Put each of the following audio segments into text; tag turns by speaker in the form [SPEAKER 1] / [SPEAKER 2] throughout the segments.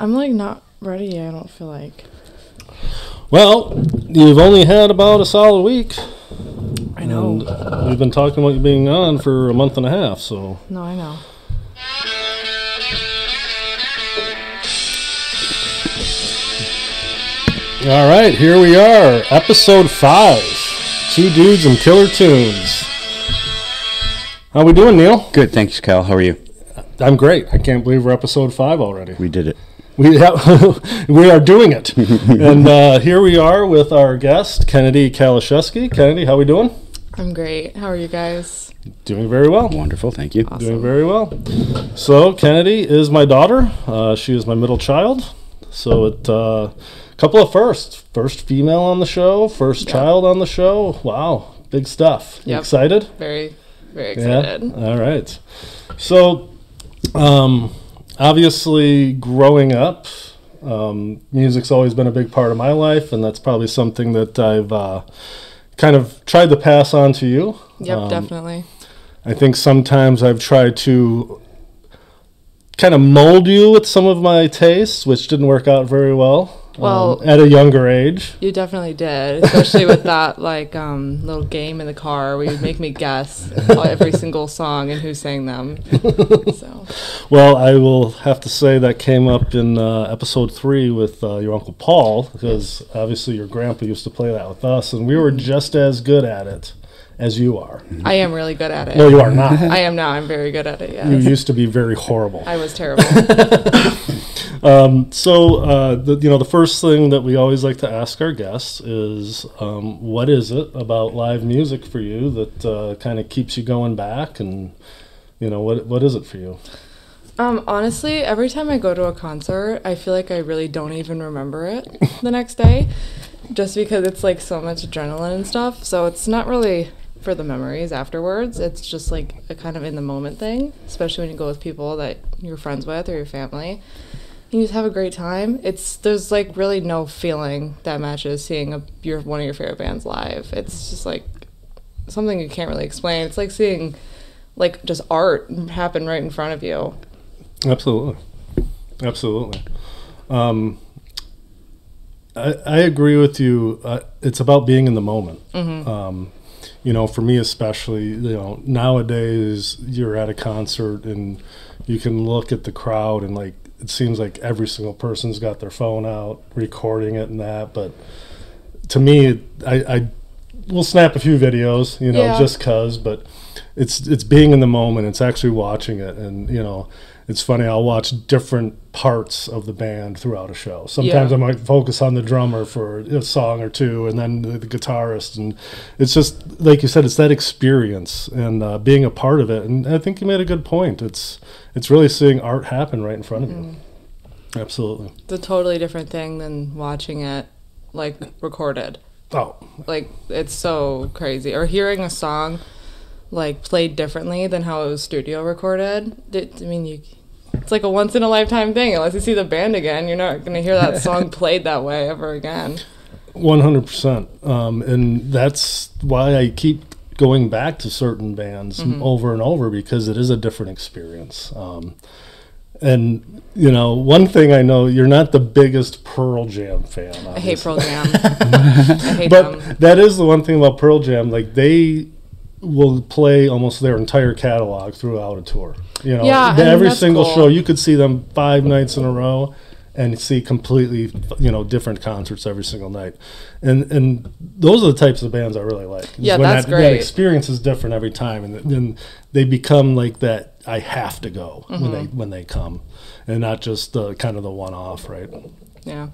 [SPEAKER 1] I'm like not ready yet. I don't feel like.
[SPEAKER 2] Well, you've only had about a solid week.
[SPEAKER 1] I know.
[SPEAKER 2] And we've been talking about you being on for a month and a half, so
[SPEAKER 1] No, I know.
[SPEAKER 2] All right, here we are, episode five. Two dudes and killer tunes. How we doing, Neil?
[SPEAKER 3] Good, thanks, Cal. How are you?
[SPEAKER 2] I'm great. I can't believe we're episode five already.
[SPEAKER 3] We did it.
[SPEAKER 2] We have, we are doing it, and uh, here we are with our guest Kennedy Kalashevsky. Kennedy, how we doing?
[SPEAKER 1] I'm great. How are you guys?
[SPEAKER 2] Doing very well.
[SPEAKER 3] Wonderful, thank you.
[SPEAKER 2] Doing very well. So Kennedy is my daughter. Uh, she is my middle child. So it uh, couple of firsts. First female on the show. First child on the show. Wow, big stuff. You
[SPEAKER 1] Yep.
[SPEAKER 2] Excited?
[SPEAKER 1] Very, very
[SPEAKER 2] Yeah.
[SPEAKER 1] excited.
[SPEAKER 2] All right. So, um, obviously, growing up, um, music's always been a big part of my life, and that's probably something that I've uh, kind of tried to pass on to you.
[SPEAKER 1] Yep,
[SPEAKER 2] Um,
[SPEAKER 1] definitely.
[SPEAKER 2] I think sometimes I've tried to kind of mold you with some of my tastes, which didn't work out very well. um,
[SPEAKER 1] Well-
[SPEAKER 2] at a younger age,
[SPEAKER 1] You definitely did, especially with that like um, little game in the car where you'd make me guess every single song and who sang them. So
[SPEAKER 2] well, I will have to say that came up in uh, episode three with uh, your uncle Paul, because obviously your grandpa used to play that with us, and we were just as good at it as you are.
[SPEAKER 1] I am really good at
[SPEAKER 2] No,
[SPEAKER 1] it.
[SPEAKER 2] you are not.
[SPEAKER 1] I am now. I'm very good at it.
[SPEAKER 2] You
[SPEAKER 1] Yes.
[SPEAKER 2] used to be very horrible.
[SPEAKER 1] I was terrible.
[SPEAKER 2] So, uh, the, you know, the first thing that we always like to ask our guests is, um, what is it about live music for you that uh, kind of keeps you going back, and you know, what what is it for you?
[SPEAKER 1] Um, honestly, every time I go to a concert, I feel like I really don't even remember it the next day, just because it's like so much adrenaline and stuff. So it's not really for the memories afterwards. It's just like a kind of in the moment thing, especially when you go with people that you're friends with or your family. You just have a great time. It's there's like really no feeling that matches seeing a, your one of your favorite bands live. It's just like something you can't really explain. It's like seeing like just art happen right in front of you.
[SPEAKER 2] Absolutely, absolutely. Um, I, I agree with you. Uh, it's about being in the moment. Um, you know, for me especially, you know, nowadays you're at a concert and you can look at the crowd and like it seems like every single person's got their phone out recording it and that. But to me, I, I will snap a few videos, you know,
[SPEAKER 1] Yeah.
[SPEAKER 2] just cause. But it's it's being in the moment. It's actually watching it, and you know. It's funny. I'll watch different parts of the band throughout a show. Sometimes
[SPEAKER 1] Yeah.
[SPEAKER 2] I might focus on the drummer for a song or two, and then the, the guitarist, and it's just like you said, it's that experience and uh, being a part of it. And I think you made a good point. It's it's really seeing art happen right in front of you. Absolutely.
[SPEAKER 1] It's a totally different thing than watching it like recorded.
[SPEAKER 2] Oh,
[SPEAKER 1] Like it's so crazy. Or hearing a song like played differently than how it was studio recorded. It, I mean, you it's like a once in a lifetime thing. Unless you see the band again, you're not going to hear that song played that way ever again.
[SPEAKER 2] One hundred percent, Um, and that's why I keep going back to certain bands
[SPEAKER 1] Mm-hmm.
[SPEAKER 2] over and over because it is a different experience. Um, and you know, one thing I know, you're not the biggest Pearl Jam fan.
[SPEAKER 1] I hate
[SPEAKER 2] obviously.
[SPEAKER 1] Pearl Jam. I hate
[SPEAKER 2] but
[SPEAKER 1] them.
[SPEAKER 2] that is the one thing about Pearl Jam. Like they will play almost their entire catalog throughout a tour. You know,
[SPEAKER 1] Yeah,
[SPEAKER 2] th-
[SPEAKER 1] and
[SPEAKER 2] every
[SPEAKER 1] that's
[SPEAKER 2] single
[SPEAKER 1] cool.
[SPEAKER 2] show you could see them five nights in a row and see completely you know different concerts every single night. And and those are the types of bands I really like. is
[SPEAKER 1] Yeah, that's
[SPEAKER 2] that, That
[SPEAKER 1] great.
[SPEAKER 2] experience is different every time, and then they become like that. I have to go
[SPEAKER 1] Mm-hmm.
[SPEAKER 2] when they when they come, and not just the kind of the one off, right?
[SPEAKER 1] Yeah.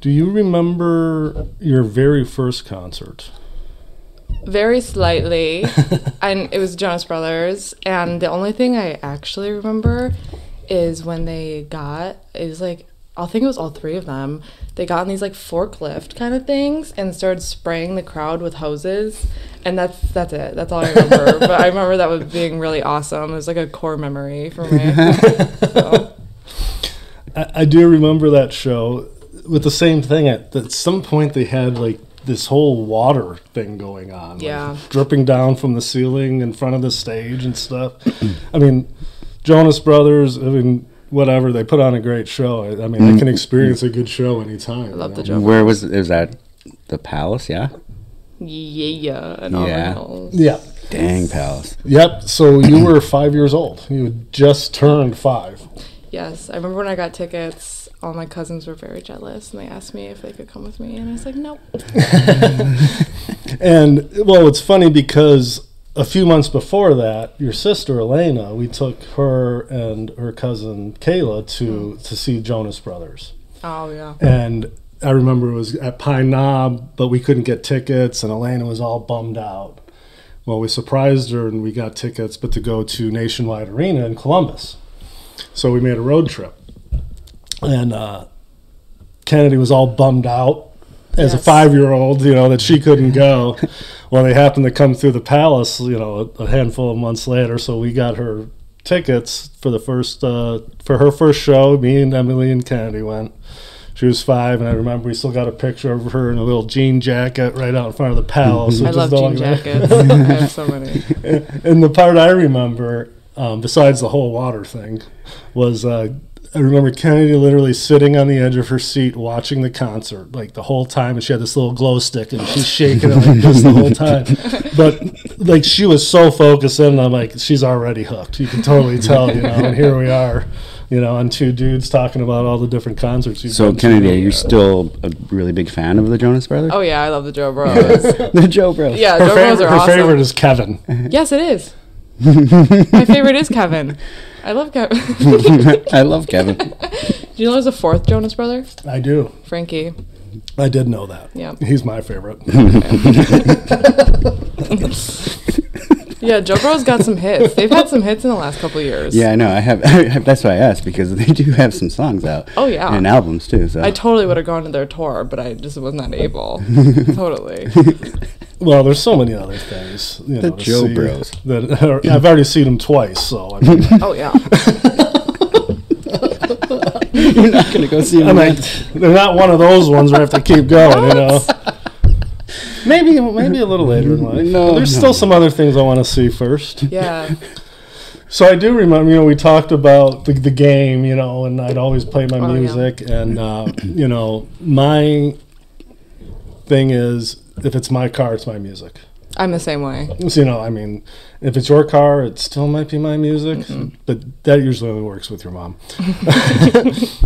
[SPEAKER 2] Do you remember your very first concert?
[SPEAKER 1] Very slightly. and it was Jonas Brothers. And the only thing I actually remember is when they got it was like I think it was all three of them. They got in these like forklift kind of things and started spraying the crowd with hoses. And that's that's it. That's all I remember. but I remember that was being really awesome. It was like a core memory for me. So,
[SPEAKER 2] I, I do remember that show with the same thing. At, at some point, they had like this whole water thing going on, like,
[SPEAKER 1] Yeah.
[SPEAKER 2] dripping down from the ceiling in front of the stage and stuff. I mean, Jonas Brothers. I mean, whatever they put on a great show. I, I mean, I can experience a good show anytime.
[SPEAKER 1] I love
[SPEAKER 2] you
[SPEAKER 1] the
[SPEAKER 2] know?
[SPEAKER 1] joke.
[SPEAKER 3] Where was it? Was that the palace? Yeah.
[SPEAKER 1] Yeah, and
[SPEAKER 3] Yeah.
[SPEAKER 1] all the
[SPEAKER 2] Yeah.
[SPEAKER 3] Dang palace.
[SPEAKER 2] Yep. So you were five years old. You had just turned five.
[SPEAKER 1] Yes, I remember when I got tickets, all my cousins were very jealous, and they asked me if they could come with me, and I was like, nope.
[SPEAKER 2] And well, it's funny because a few months before that, your sister Elena, we took her and her cousin Kayla to to see Jonas Brothers.
[SPEAKER 1] Oh yeah.
[SPEAKER 2] And I remember it was at Pine Knob, but we couldn't get tickets, and Elena was all bummed out. Well, we surprised her and we got tickets, but to go to Nationwide Arena in Columbus. So we made a road trip. And uh, Kennedy was all bummed out as a
[SPEAKER 1] Yes.
[SPEAKER 2] five year old, you know, that she couldn't go. well, they happened to come through the palace, you know, a, a handful of months later. So we got her tickets for the first, uh, for her first show. Me and Emily and Kennedy went. She was five, and I remember we still got a picture of her in a little jean jacket right out in front of the palace.
[SPEAKER 1] I
[SPEAKER 2] which is
[SPEAKER 1] love
[SPEAKER 2] the
[SPEAKER 1] jean
[SPEAKER 2] only-
[SPEAKER 1] jackets. I have so many.
[SPEAKER 2] and the part I remember, um, besides the whole water thing, was uh, I remember Kennedy literally sitting on the edge of her seat watching the concert like the whole time, and she had this little glow stick, and she's shaking it like this the whole time. But like she was so focused in, and I'm like, she's already hooked. You can totally tell, you know. And here we are, you know, on two dudes talking about all the different concerts. You've
[SPEAKER 3] So
[SPEAKER 2] been to.
[SPEAKER 3] Kennedy, are you still a really big fan of the Jonas Brothers?
[SPEAKER 1] Oh yeah, I love the Joe Bros.
[SPEAKER 3] the Joe Brothers.
[SPEAKER 1] Yeah,
[SPEAKER 2] Her,
[SPEAKER 1] Joe Bros
[SPEAKER 2] favorite,
[SPEAKER 1] are
[SPEAKER 2] her
[SPEAKER 1] awesome.
[SPEAKER 2] favorite is Kevin.
[SPEAKER 1] Yes, it is. My favorite is Kevin. I love Kevin. Do
[SPEAKER 3] I love Kevin.
[SPEAKER 1] you know there's a fourth Jonas brother?
[SPEAKER 2] I do.
[SPEAKER 1] Frankie.
[SPEAKER 2] I did know that.
[SPEAKER 1] Yeah.
[SPEAKER 2] He's my favorite.
[SPEAKER 1] Yeah, Joe Bros got some hits. They've had some hits in the last couple of years.
[SPEAKER 3] Yeah, I know. I have. I have that's why I asked because they do have some songs out.
[SPEAKER 1] Oh, yeah.
[SPEAKER 3] and albums too. So
[SPEAKER 1] I totally would have gone to their tour, but I just was not able. totally.
[SPEAKER 2] Well, there's so many other things. You
[SPEAKER 3] The
[SPEAKER 2] know, to
[SPEAKER 3] Joe
[SPEAKER 2] see
[SPEAKER 3] Bros.
[SPEAKER 2] That I've already seen them twice, so I mean,
[SPEAKER 1] Oh yeah.
[SPEAKER 3] you're not gonna go see
[SPEAKER 2] I
[SPEAKER 3] them.
[SPEAKER 2] mean, they're not one of those ones where I have to keep going. You know, maybe maybe a little later in life.
[SPEAKER 3] No,
[SPEAKER 2] there's
[SPEAKER 3] no.
[SPEAKER 2] still some other things I want to see first.
[SPEAKER 1] Yeah.
[SPEAKER 2] So I do remember, you know, we talked about the, the game, you know, and I'd always play my
[SPEAKER 1] Oh, yeah.
[SPEAKER 2] music, and uh, you know, my thing is if it's my car, it's my music.
[SPEAKER 1] I'm the same way.
[SPEAKER 2] So, you know, I mean, if it's your car, it still might be my music, but that usually only works with your mom.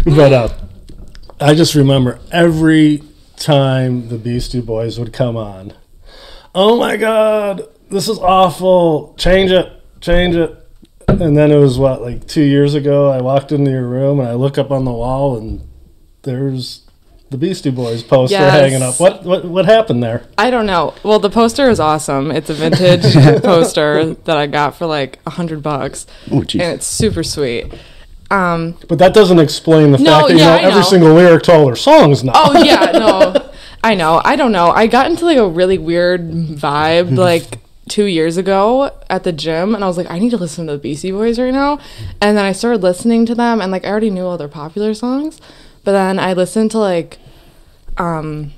[SPEAKER 2] but uh, I just remember every time the Beastie Boys would come on, oh my God, this is awful. Change it, change it. And then it was what, like two years ago, I walked into your room and I look up on the wall and there's the Beastie Boys poster
[SPEAKER 1] Yes.
[SPEAKER 2] hanging up. What, what, what happened there?
[SPEAKER 1] I don't know. Well, the poster is awesome. It's a vintage poster that I got for like a hundred bucks,
[SPEAKER 3] Oh, geez.
[SPEAKER 1] and it's super sweet. Um,
[SPEAKER 2] But that doesn't explain the
[SPEAKER 1] No,
[SPEAKER 2] fact that
[SPEAKER 1] yeah,
[SPEAKER 2] you
[SPEAKER 1] I
[SPEAKER 2] know every
[SPEAKER 1] know.
[SPEAKER 2] single lyric to all their songs now.
[SPEAKER 1] oh yeah, no, I know. I don't know. I got into like a really weird vibe like two years ago at the gym, and I was like, I need to listen to the Beastie Boys right now. And then I started listening to them, and like I already knew all their popular songs, but then I listened to like, um,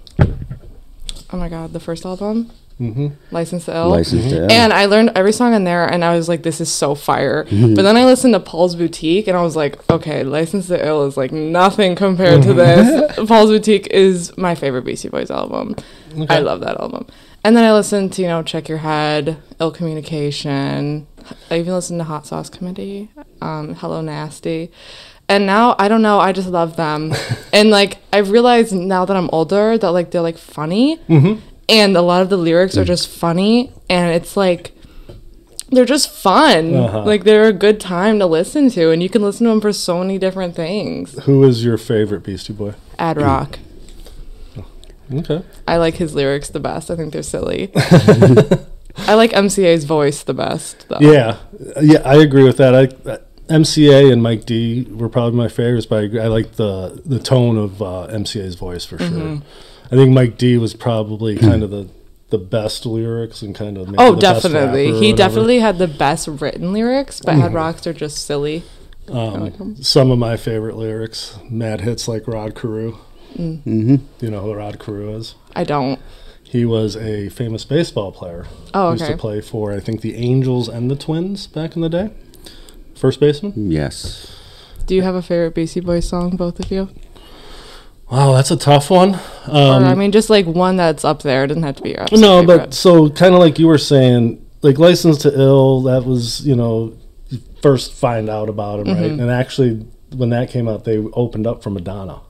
[SPEAKER 1] oh my god, the first album, mm-hmm. License to Ill.
[SPEAKER 3] Licensed to Ill.
[SPEAKER 1] And I learned every song in there, and I was like, this is so fire. but then I listened to Paul's Boutique, and I was like, okay, License to Ill is like nothing compared to this. Paul's Boutique is my favorite Beastie Boys album. I love that album. And then I listened to, you know, Check Your Head, Ill Communication. I even listened to Hot Sauce Committee, um, Hello Nasty. And now I don't know, I just love them. and like I've realized now that I'm older that like they're like funny
[SPEAKER 2] Mm-hmm.
[SPEAKER 1] and a lot of the lyrics
[SPEAKER 2] Mm.
[SPEAKER 1] are just funny and it's like they're just fun
[SPEAKER 2] Uh-huh.
[SPEAKER 1] like they're a good time to listen to and you can listen to them for so many different things
[SPEAKER 2] Who is your favorite Beastie Boy?
[SPEAKER 1] ad rock
[SPEAKER 2] Okay.
[SPEAKER 1] i like his lyrics the best i think they're silly i like mca's voice the best though
[SPEAKER 2] Yeah, yeah, I agree with that. I, uh, MCA and Mike D were probably my favorites, but I, agree- I like the the tone of uh, MCA's voice for sure.
[SPEAKER 1] Mm-hmm.
[SPEAKER 2] I think Mike D was probably kind of the the best lyrics and kind of maybe
[SPEAKER 1] oh
[SPEAKER 2] the best
[SPEAKER 1] definitely
[SPEAKER 2] rapper or
[SPEAKER 1] he
[SPEAKER 2] whatever. Mm-hmm.
[SPEAKER 1] definitely had the best written lyrics but ad rocks are just silly Oh,
[SPEAKER 2] um, some of my favorite lyrics. Mad hits like Rod Carew.
[SPEAKER 3] Mm-hmm.
[SPEAKER 2] You know who Rod Carew is?
[SPEAKER 1] i don't
[SPEAKER 2] He was a famous baseball player.
[SPEAKER 1] Oh,
[SPEAKER 2] Used to
[SPEAKER 1] okay.
[SPEAKER 2] play for I think the Angels and the Twins back in the day. First baseman.
[SPEAKER 3] yes.
[SPEAKER 1] Do you have a favorite Beastie Boys song, both of you?
[SPEAKER 2] Wow, that's a tough one. Um,
[SPEAKER 1] or I mean, just like one that's up there. It doesn't have to be your absolute
[SPEAKER 2] no,
[SPEAKER 1] favorite.
[SPEAKER 2] but so kind of like you were saying, like License to Ill, that was you know first find out about him,
[SPEAKER 1] Mm-hmm.
[SPEAKER 2] right? And actually, when that came out, they opened up for Madonna.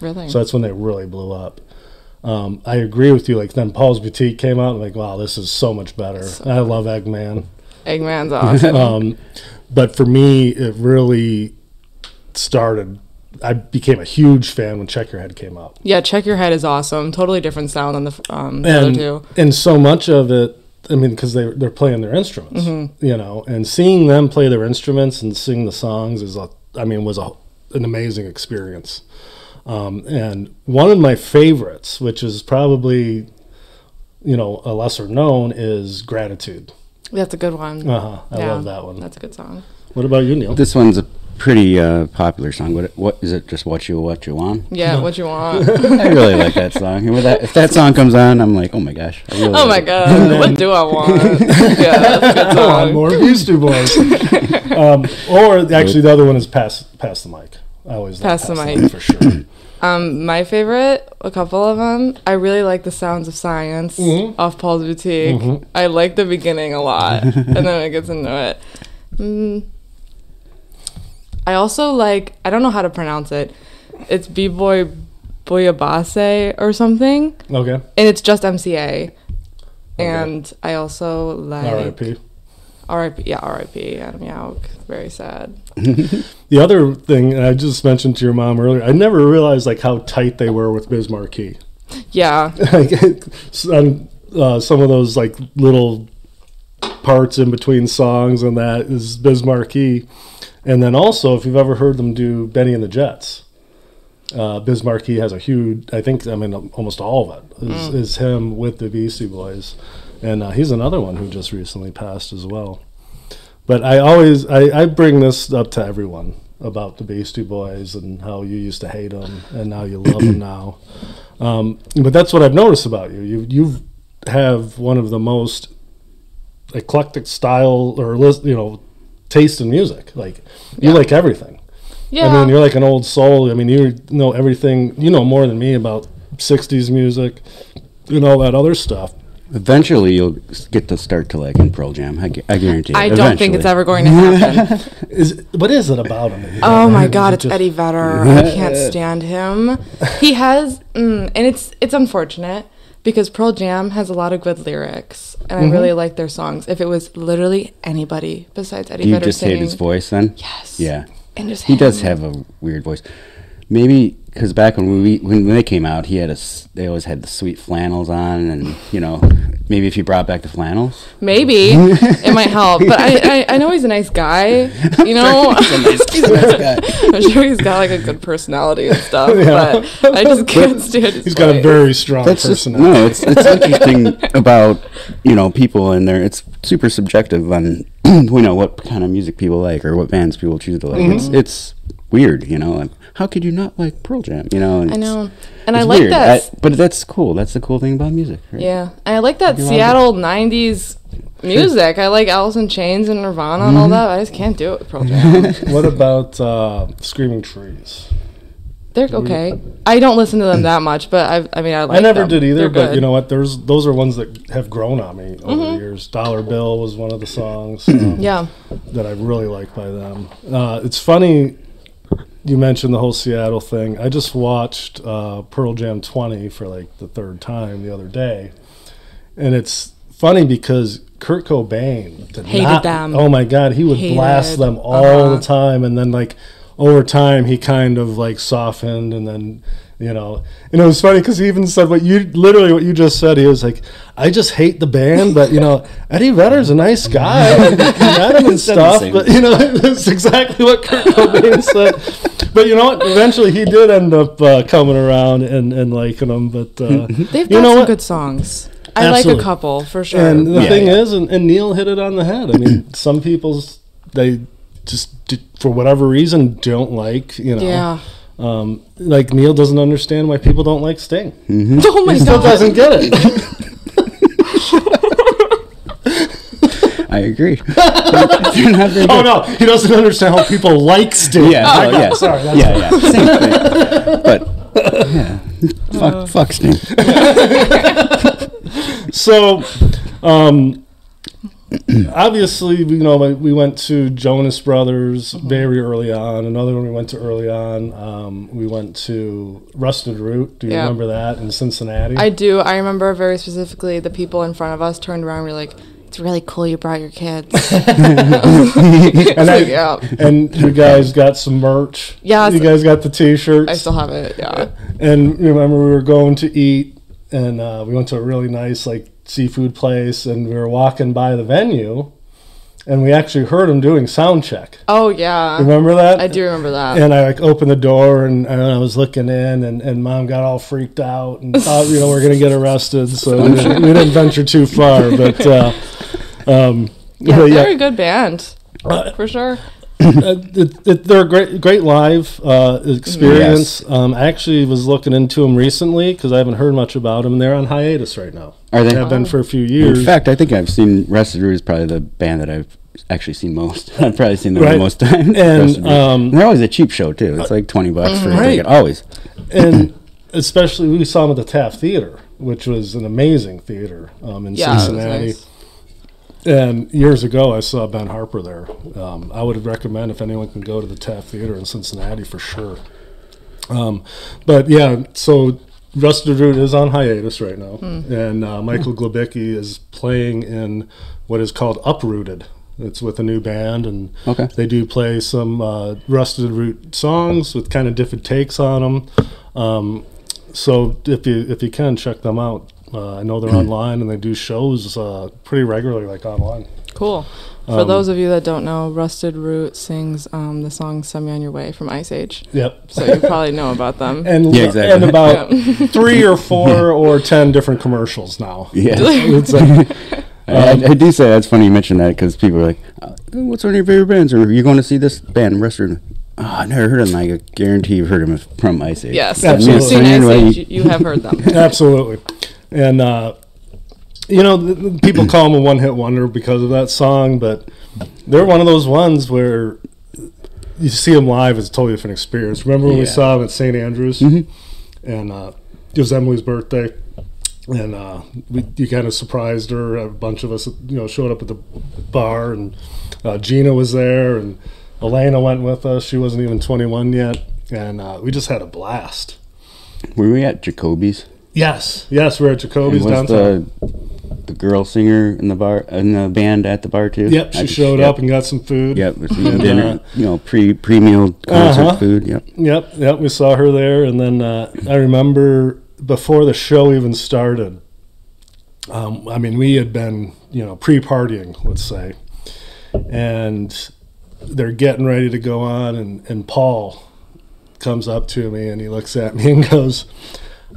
[SPEAKER 1] really,
[SPEAKER 2] So that's when they really blew up. Um, I agree with you. Like then Paul's Boutique came out, and like, wow, this is so much better. I love Eggman.
[SPEAKER 1] Eggman's awesome.
[SPEAKER 2] Um, but for me, it really started. I became a huge fan when Checkerhead came out,
[SPEAKER 1] yeah, Check Your Head is awesome. Totally different sound than the f- um, the other
[SPEAKER 2] and
[SPEAKER 1] two.
[SPEAKER 2] and so much of it. I mean, because they they're playing their instruments, you know, and seeing them play their instruments and sing the songs is a. I mean, was a an amazing experience. Um, and one of my favorites, which is probably, you know, a lesser known, is gratitude.
[SPEAKER 1] That's a good one.
[SPEAKER 2] Uh huh. I
[SPEAKER 1] Yeah,
[SPEAKER 2] love that one.
[SPEAKER 1] That's a good song.
[SPEAKER 2] What about you, Neil?
[SPEAKER 3] This one's a pretty uh, popular song. What, what is it? Just what you what you want?
[SPEAKER 1] Yeah, what you want?
[SPEAKER 3] I really like that song. And with that, if that song comes on, I'm like, oh my gosh. I really
[SPEAKER 1] oh my
[SPEAKER 3] like it.
[SPEAKER 1] god, what do I want? yeah, that's a good
[SPEAKER 2] Come on,
[SPEAKER 1] song.
[SPEAKER 2] more Beastie Boys. um, or actually, the other one is pass pass the mic. I always like
[SPEAKER 1] Pass the mic.
[SPEAKER 2] for sure.
[SPEAKER 1] Um, my favorite, a couple of them. I really like the Sounds of Science
[SPEAKER 2] Mm-hmm.
[SPEAKER 1] off Paul's Boutique. I like the beginning a lot, and then it gets into it. Mm. I also like. I don't know how to pronounce it. It's B boy Boyabase or something,
[SPEAKER 2] Okay,
[SPEAKER 1] and it's just MCA. And I also like
[SPEAKER 2] R.I.P.
[SPEAKER 1] R.I.P. Yeah, R.I.P. Adam Yauch. Very sad.
[SPEAKER 2] The other thing and I just mentioned to your mom earlier, I never realized like how tight they were with Biz Marquee.
[SPEAKER 1] Yeah,
[SPEAKER 2] Like, s- on uh, some of those like little parts in between songs and that is Biz Marquee. And then also, if you've ever heard them do Benny and the Jets, uh, Biz Marquee has a huge, I think, I mean, almost all of it is, is him with the Beastie Boys. And uh, he's another one who just recently passed as well. But I always, I, I bring this up to everyone about the Beastie Boys and how you used to hate them and now you love them now. Um, but that's what I've noticed about you. You you have one of the most eclectic style or lis- you know taste in music. Like you
[SPEAKER 1] Yeah.
[SPEAKER 2] like everything.
[SPEAKER 1] yeah.
[SPEAKER 2] I mean, you're like an old soul. I mean, you know everything. You know more than me about '60s music and all that other stuff.
[SPEAKER 3] Eventually, you'll s- get to start to like in Pearl Jam. I, gu- I guarantee it.
[SPEAKER 1] I don't think it's
[SPEAKER 3] Eventually.
[SPEAKER 1] ever going to happen.
[SPEAKER 2] Is what is it about him? that you
[SPEAKER 1] Oh
[SPEAKER 2] don't
[SPEAKER 1] my
[SPEAKER 2] like? Is
[SPEAKER 1] God,
[SPEAKER 2] it
[SPEAKER 1] it's
[SPEAKER 2] just-
[SPEAKER 1] Eddie Vedder. I can't stand him. He has, mm, and it's it's unfortunate because Pearl Jam has a lot of good lyrics, and
[SPEAKER 3] Mm-hmm.
[SPEAKER 1] I really like their songs. If it was literally anybody besides Eddie
[SPEAKER 3] Do you
[SPEAKER 1] Vedder
[SPEAKER 3] just
[SPEAKER 1] singing,
[SPEAKER 3] hate his voice then?
[SPEAKER 1] yes,
[SPEAKER 3] Yeah.
[SPEAKER 1] and just
[SPEAKER 3] He does
[SPEAKER 1] him.
[SPEAKER 3] have a weird voice. Maybe because back when we when they came out, he had a s- they always had the sweet flannels on, and you know maybe if he brought back the flannels,
[SPEAKER 1] maybe it might help, but I, I I know he's a nice guy, you know.
[SPEAKER 3] he's a nice guy.
[SPEAKER 1] I'm sure he's got like a good personality and stuff, but I just can't stand his
[SPEAKER 2] He's got a
[SPEAKER 1] voice.
[SPEAKER 2] very strong
[SPEAKER 3] That's just,
[SPEAKER 2] personality.
[SPEAKER 3] no, it's it's interesting about you know people and their it's super subjective on you know what kind of music people like or what bands people choose to like. It's
[SPEAKER 1] Mm-hmm.
[SPEAKER 3] it's weird, you know. And how could you not like Pearl Jam? You know, and
[SPEAKER 1] I
[SPEAKER 3] it's-
[SPEAKER 1] know, and I
[SPEAKER 3] it's
[SPEAKER 1] like
[SPEAKER 3] weird.
[SPEAKER 1] that.
[SPEAKER 3] I- but that's cool. That's the cool thing about music. Right?
[SPEAKER 1] Yeah, and I like that
[SPEAKER 3] love
[SPEAKER 1] Seattle '90s music. I like Alice in Chains and Nirvana and all
[SPEAKER 2] Mm-hmm.
[SPEAKER 1] that. I just can't do it with Pearl Jam.
[SPEAKER 2] What about uh, Screaming Trees?
[SPEAKER 1] They're okay. I don't listen to them that much, but I, I mean, I like.
[SPEAKER 2] I never
[SPEAKER 1] them.
[SPEAKER 2] did either,
[SPEAKER 1] They're
[SPEAKER 2] but you
[SPEAKER 1] good. Mm-hmm.
[SPEAKER 2] know what? There's those are ones that have grown on me over the years. Dollar Bill was one of the songs um,
[SPEAKER 1] Yeah,
[SPEAKER 2] that I really like by them. Uh, it's funny you mentioned the whole Seattle thing. I just watched uh, Pearl Jam 20 for like the third time the other day, and it's funny because Kurt Cobain did
[SPEAKER 1] Hated
[SPEAKER 2] not-
[SPEAKER 1] them.
[SPEAKER 2] Oh my God, he would
[SPEAKER 1] Hated,
[SPEAKER 2] blast them all
[SPEAKER 1] uh-huh.
[SPEAKER 2] the time, and then like over time he kind of like softened, and then. You know, and it was funny because he even said what you literally what you just said. He was like, "I just hate the band, but you know, Eddie Vedder's a nice guy. Like, we met him and
[SPEAKER 3] Said the
[SPEAKER 2] stuff,
[SPEAKER 3] same
[SPEAKER 2] but you know, that's exactly what Kurt Cobain said. But you know what? Eventually, he did end up uh, coming around and, and liking them. But uh,
[SPEAKER 1] they've
[SPEAKER 2] you
[SPEAKER 1] got
[SPEAKER 2] know
[SPEAKER 1] some
[SPEAKER 2] what?
[SPEAKER 1] good songs. I like
[SPEAKER 2] Absolutely.
[SPEAKER 1] a couple for sure.
[SPEAKER 2] and the
[SPEAKER 3] Yeah,
[SPEAKER 2] thing
[SPEAKER 3] yeah.
[SPEAKER 2] is, and, and Neil hit it on the head. I mean, some people's they just d- for whatever reason don't like you know.
[SPEAKER 1] yeah.
[SPEAKER 2] Um, like Neil doesn't understand why people don't like Sting.
[SPEAKER 3] Mm-hmm.
[SPEAKER 1] Oh my
[SPEAKER 2] He still
[SPEAKER 1] god.
[SPEAKER 2] doesn't get it.
[SPEAKER 3] I I agree.
[SPEAKER 1] Oh,
[SPEAKER 3] They're not very
[SPEAKER 2] Oh
[SPEAKER 3] good.
[SPEAKER 2] no, he doesn't understand how people like Stu.
[SPEAKER 3] Yeah,
[SPEAKER 2] I
[SPEAKER 3] oh,
[SPEAKER 2] know,
[SPEAKER 3] yeah.
[SPEAKER 2] sorry. That's
[SPEAKER 3] yeah, yeah. Same thing. But yeah, fuck, fuck Sting.
[SPEAKER 2] So, um, obviously, you know, we- we went to Jonas Brothers
[SPEAKER 1] Mm-hmm.
[SPEAKER 2] very early on. Another one we went to early on. Um, we went to Rusted Root. Do you
[SPEAKER 1] Yeah.
[SPEAKER 2] remember that in Cincinnati?
[SPEAKER 1] I do. I remember very specifically the people in front of us turned around and were like, it's really cool you brought your kids.
[SPEAKER 2] and,
[SPEAKER 1] Like,
[SPEAKER 2] I
[SPEAKER 1] yeah.
[SPEAKER 2] and you guys got some merch.
[SPEAKER 1] Yes.
[SPEAKER 2] You guys got the T-shirts.
[SPEAKER 1] I still have it. Yeah.
[SPEAKER 2] And remember, we were going to eat, and uh, we went to a really nice like seafood place, and we were walking by the venue, and we actually heard him doing sound check.
[SPEAKER 1] Oh, yeah.
[SPEAKER 2] Remember that?
[SPEAKER 1] I do remember that.
[SPEAKER 2] And I like opened the door, and, and I was looking in, and, and mom got all freaked out and thought you know we're gonna get arrested, so we didn't, we didn't venture too far, but. Uh, um,
[SPEAKER 1] Yeah,
[SPEAKER 2] but
[SPEAKER 1] very good band.
[SPEAKER 2] Uh,
[SPEAKER 1] For sure.
[SPEAKER 2] uh, it, it, they're a great, great live uh, experience. Um, I actually was looking into them recently because I haven't heard much about them. They're on hiatus right now.
[SPEAKER 3] Are
[SPEAKER 2] They have
[SPEAKER 3] they?
[SPEAKER 2] been for a few
[SPEAKER 3] In
[SPEAKER 2] years.
[SPEAKER 3] fact, I think I've seen Rusted Root is probably the band that I've actually seen most. I've probably seen them the
[SPEAKER 2] Right.
[SPEAKER 3] most times.
[SPEAKER 2] And,
[SPEAKER 3] Rusted Root.
[SPEAKER 2] um, Mm-hmm.
[SPEAKER 3] And they're always a cheap show too. It's like twenty bucks for a
[SPEAKER 2] Right.
[SPEAKER 3] ticket. Always.
[SPEAKER 2] and especially we saw them at the Taft Theater, which was an amazing theater um, in
[SPEAKER 1] Yeah. it was
[SPEAKER 2] Cincinnati.
[SPEAKER 1] nice.
[SPEAKER 2] And years ago, I saw Ben Harper there. Um, I would recommend if anyone can go to the Taft Theater in Cincinnati for sure. Um, but yeah, so Rusted Root is on hiatus right now, and uh, Michael Glebicki is playing in what is called Uprooted. It's with a new band, and
[SPEAKER 3] Okay.
[SPEAKER 2] they do play some uh, Rusted Root songs with kind of different takes on them. Um, so if you if you can check them out, uh, I know they're
[SPEAKER 3] Mm-hmm.
[SPEAKER 2] online and they do shows uh, pretty regularly, like online.
[SPEAKER 1] Cool.
[SPEAKER 2] Um,
[SPEAKER 1] For those of you that don't know, Rusted Root sings um, the song "Send Me on Your Way" from Ice Age,
[SPEAKER 2] Yep.
[SPEAKER 1] so you probably know about them.
[SPEAKER 2] And
[SPEAKER 3] Yeah, exactly.
[SPEAKER 2] and about three or four or ten different commercials now.
[SPEAKER 3] Yeah.
[SPEAKER 2] It's like, um,
[SPEAKER 3] I, I, I do say that's funny you mentioned that because people are like, uh, "What's one of your favorite bands?" Or are you going to see this band, Rusted? Root?" Oh, I never heard of them. I guarantee you've heard of them from Ice Age.
[SPEAKER 1] yes,
[SPEAKER 2] Yeah,
[SPEAKER 1] if you've seen Ice
[SPEAKER 3] absolutely.
[SPEAKER 1] Age, you, you have heard them.
[SPEAKER 2] Absolutely. And, uh, you know, th- th- people call them a one hit wonder because of that song, but they're one of those ones where you see them live, it's a totally different experience. Remember when we
[SPEAKER 3] Yeah.
[SPEAKER 2] saw them at St. Andrews? And uh, it was Emily's birthday. And uh, we, you kind of surprised her. A bunch of us, you know, showed up at the bar, and uh, Gina was there, and Elena went with us. She wasn't even 21 yet, and uh, we just had a blast.
[SPEAKER 3] Were we at Jacoby's?
[SPEAKER 2] Yes, yes, we're at Jacoby's
[SPEAKER 3] And was
[SPEAKER 2] downtown.
[SPEAKER 3] the the girl singer in the bar in the band at the bar too?
[SPEAKER 2] Yep,
[SPEAKER 3] I
[SPEAKER 2] she
[SPEAKER 3] just-
[SPEAKER 2] showed
[SPEAKER 3] yep,
[SPEAKER 2] up and got some food.
[SPEAKER 3] Yep, with some
[SPEAKER 2] And,
[SPEAKER 3] dinner,
[SPEAKER 2] uh,
[SPEAKER 3] you know, pre pre meal concert
[SPEAKER 2] Uh-huh.
[SPEAKER 3] food. Yep.
[SPEAKER 2] Yep, yep, we saw her there. And then uh, I remember before the show even started, um, I mean, we had been, you know, pre partying, let's say. And they're getting ready to go on, and, and Paul comes up to me and he looks at me and goes,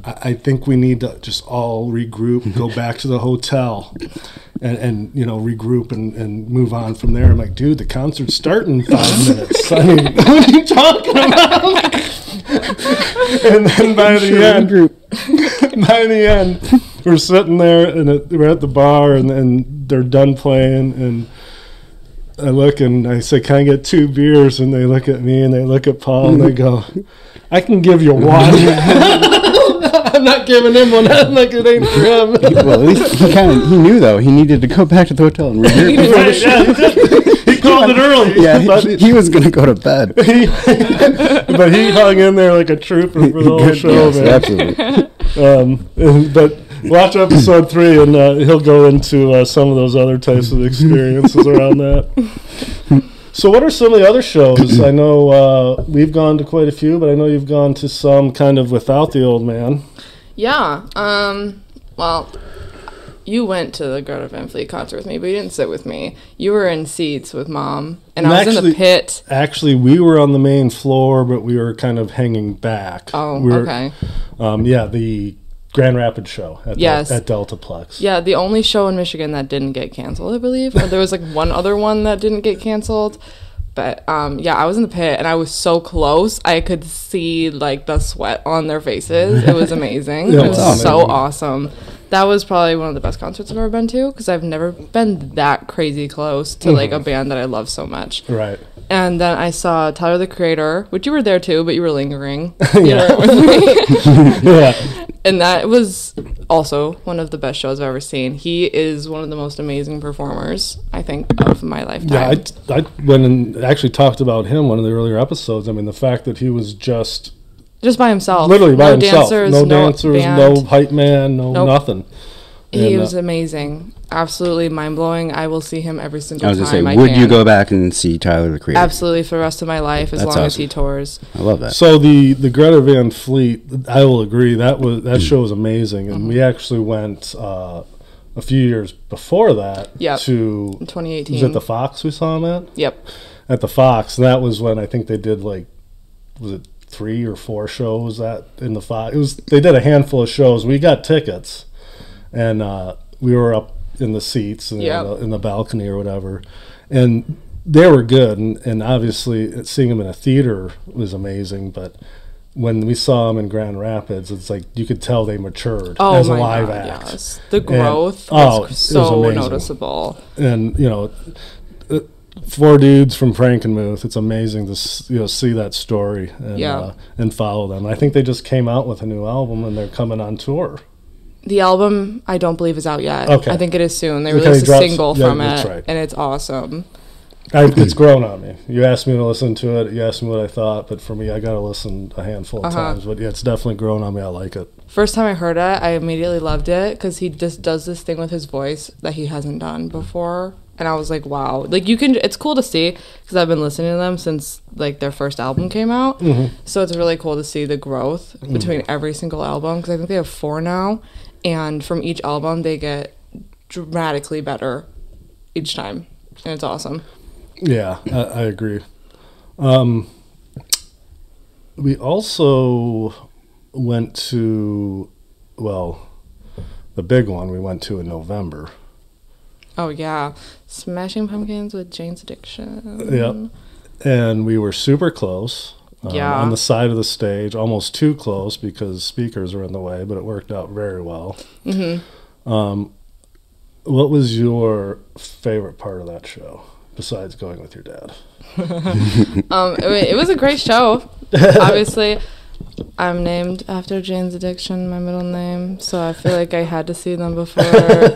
[SPEAKER 2] I, I think we need to just all regroup, go back to the hotel. And, and you know regroup and, and move on from there. I'm like, dude, the concert's starting in five minutes. I mean, what are you talking about? and then by the end, by the end, we're sitting there and it, we're at the bar and, and they're done playing and I look and I say, "Can I get two beers?" And they look at me and they look at Paul and they go, "I can give you one." I'm not giving him one. I'm like it ain't for him.
[SPEAKER 3] well, at least he kind of he knew though. He needed to go back to the hotel and regroup. before the
[SPEAKER 2] Right,
[SPEAKER 3] show.
[SPEAKER 2] yeah, he called it early.
[SPEAKER 3] yeah,
[SPEAKER 2] but
[SPEAKER 3] he, he was gonna go to bed.
[SPEAKER 2] he, but he hung in there like a trooper for the whole
[SPEAKER 3] Good-
[SPEAKER 2] show,
[SPEAKER 3] yes,
[SPEAKER 2] man.
[SPEAKER 3] absolutely.
[SPEAKER 2] Um, but watch episode three, and uh, he'll go into uh, some of those other types of experiences around that. So, what are some of the other shows? I know uh, we've gone to quite a few, but I know you've gone to some kind of without the old man.
[SPEAKER 1] Yeah. Um. Well, you went to the Greta Van Fleet concert with me, but you didn't sit with me. You were in seats with mom, and I was in
[SPEAKER 2] Actually-
[SPEAKER 1] the pit.
[SPEAKER 2] Actually, we were on the main floor, but we were kind of hanging back.
[SPEAKER 1] Oh,
[SPEAKER 2] we were,
[SPEAKER 1] okay.
[SPEAKER 2] Um, yeah, the Grand Rapids show at,
[SPEAKER 1] Yes.
[SPEAKER 2] Del- at Deltaplex.
[SPEAKER 1] Yeah, the only show in Michigan that didn't get canceled, I believe. Or there was like one other one that didn't get canceled. But um, yeah, I was in the pit and I was so close. I could see like the sweat on their faces. It was amazing.
[SPEAKER 2] Yeah,
[SPEAKER 1] it was
[SPEAKER 2] wow.
[SPEAKER 1] so awesome. that was probably one of the best concerts I've ever been to because I've never been that crazy close to like a
[SPEAKER 2] Mm-hmm.
[SPEAKER 1] band that I love so much.
[SPEAKER 2] Right.
[SPEAKER 1] And then I saw Tyler the Creator, which you were there too, but you were lingering. You weren't with me.
[SPEAKER 2] Yeah.
[SPEAKER 1] and that was also one of the best shows I've ever seen. He is one of the most amazing performers I think of my
[SPEAKER 2] Yeah.
[SPEAKER 1] lifetime.
[SPEAKER 2] I, I went and actually talked about him one of the earlier episodes. I mean, the fact that he was just
[SPEAKER 1] Just by himself,
[SPEAKER 2] literally by himself. no dancers,
[SPEAKER 1] band.
[SPEAKER 2] no hype man, no
[SPEAKER 1] Nope.
[SPEAKER 2] nothing.
[SPEAKER 1] He
[SPEAKER 2] And, uh,
[SPEAKER 1] was amazing, absolutely mind blowing. I will see him every single
[SPEAKER 3] I was
[SPEAKER 1] time.
[SPEAKER 3] gonna say,
[SPEAKER 1] I
[SPEAKER 3] would you
[SPEAKER 1] can.
[SPEAKER 3] go back and see Tyler the Creator?
[SPEAKER 1] Absolutely for the rest of my life, as
[SPEAKER 3] That's
[SPEAKER 1] long as he
[SPEAKER 3] awesome.
[SPEAKER 1] tours.
[SPEAKER 3] I love that.
[SPEAKER 2] So the the Greta Van Fleet, I will agree that was that show was amazing, and we actually went uh, a few years before that
[SPEAKER 1] Yep.
[SPEAKER 2] to
[SPEAKER 1] In 2018.
[SPEAKER 2] was it the Fox we saw him at
[SPEAKER 1] yep.
[SPEAKER 2] at the Fox, and that was when I think they did like was it three or four shows that in the Fox. It was they did a handful of shows. We got tickets, and uh, we were up in the seats and
[SPEAKER 1] Yeah.
[SPEAKER 2] in, the, in the balcony or whatever, and they were good. And, and obviously, seeing them in a theater was amazing, but. When we saw them in Grand Rapids, it's like you could tell they matured
[SPEAKER 1] Oh
[SPEAKER 2] as a
[SPEAKER 1] my
[SPEAKER 2] live
[SPEAKER 1] god!
[SPEAKER 2] act
[SPEAKER 1] Yes, the growth
[SPEAKER 2] oh, it
[SPEAKER 1] was
[SPEAKER 2] was
[SPEAKER 1] so
[SPEAKER 2] amazing.
[SPEAKER 1] noticeable.
[SPEAKER 2] and you know, uh, four dudes from Frankenmuth. It's amazing to s- you know see that story and
[SPEAKER 1] Yeah.
[SPEAKER 2] uh, and follow them. I think they just came out with a new album and they're coming on tour.
[SPEAKER 1] The album I don't believe is out yet.
[SPEAKER 2] Okay.
[SPEAKER 1] I think it is soon. They
[SPEAKER 2] Okay,
[SPEAKER 1] released a
[SPEAKER 2] drops-
[SPEAKER 1] single
[SPEAKER 2] yeah,
[SPEAKER 1] from
[SPEAKER 2] that's
[SPEAKER 1] it,
[SPEAKER 2] right.
[SPEAKER 1] and it's awesome.
[SPEAKER 2] I, it's grown on me. You asked me to listen to it. You asked me what I thought, but for me, I got to listen a handful of
[SPEAKER 1] Uh-huh.
[SPEAKER 2] times. But yeah, it's definitely grown on me. I like it.
[SPEAKER 1] First time I heard it, I immediately loved it because he just does this thing with his voice that he hasn't done before, and I was like, wow! Like you can, it's cool to see because I've been listening to them since like their first album came out. So it's really cool to see the growth between every single album because I think they have four now, and from each album they get dramatically better each time, and it's awesome.
[SPEAKER 2] Yeah, I, I agree. Um, we also went to well, the big one we went to in November.
[SPEAKER 1] Oh yeah, Smashing Pumpkins with Jane's Addiction.
[SPEAKER 2] Yep. And we were super close. um,
[SPEAKER 1] Yeah.
[SPEAKER 2] On the side of the stage, almost too close because speakers were in the way, but it worked out very well. Mm-hmm. Um, what was your favorite part of that show besides going with your dad?
[SPEAKER 1] Um, it, wa- it was a great show. Obviously, I'm named after Jane's Addiction, my middle name, so I feel like I had to see them before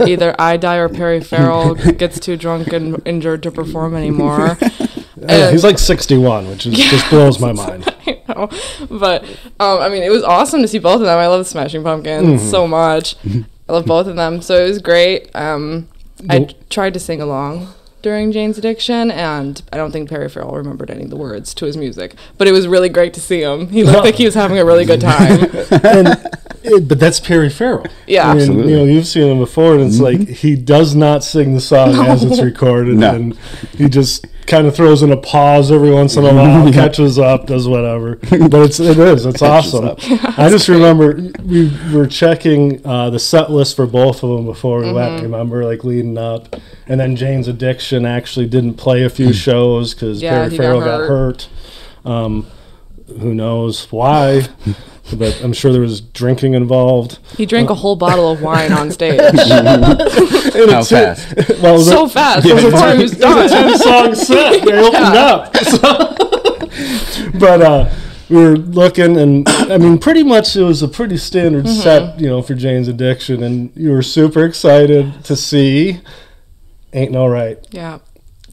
[SPEAKER 1] either I die or Perry Farrell gets too drunk and injured to perform anymore.
[SPEAKER 2] Uh,
[SPEAKER 1] Uh,
[SPEAKER 2] he's like 61, which is, just blows my mind.
[SPEAKER 1] you know. But um, I mean, it was awesome to see both of them. I love Smashing Pumpkins so much. I love both of them, so it was great. Um, I
[SPEAKER 2] Nope.
[SPEAKER 1] t- tried to sing along during Jane's Addiction, and I don't think Perry Farrell remembered any of the words to his music. But it was really great to see him. He looked like he was having a really good time.
[SPEAKER 2] and it, but that's Perry Farrell.
[SPEAKER 1] Yeah.
[SPEAKER 2] I mean,
[SPEAKER 3] Absolutely. Mm-hmm.
[SPEAKER 2] you know, you've seen him before, and it's like he does not sing the song as it's recorded,
[SPEAKER 3] No.
[SPEAKER 2] and he just kind of throws in a pause every once in a while, catches up, does whatever. But it's it is it's awesome.
[SPEAKER 3] up.
[SPEAKER 2] I just remember we were checking uh, the set list for both of them before we went. Remember, like leading up, and then Jane's Addiction actually didn't play a
[SPEAKER 3] Hmm.
[SPEAKER 2] few shows because
[SPEAKER 1] Yeah,
[SPEAKER 2] Perry
[SPEAKER 1] he got
[SPEAKER 2] Farrell got
[SPEAKER 1] hurt.
[SPEAKER 2] hurt. Um, who knows why? but I'm sure there was drinking involved.
[SPEAKER 1] He drank a whole bottle of wine on stage
[SPEAKER 2] And
[SPEAKER 3] How
[SPEAKER 2] it's- it-
[SPEAKER 3] fast?
[SPEAKER 2] Well, it was
[SPEAKER 1] so
[SPEAKER 2] a-
[SPEAKER 1] fast before he was done.
[SPEAKER 2] ten song set. They opened up. So- but uh, we were looking, and I mean, pretty much it was a pretty standard
[SPEAKER 1] Mm-hmm.
[SPEAKER 2] set, you know, for Jane's Addiction, and you were super excited to see. Ain't no right.
[SPEAKER 1] Yeah,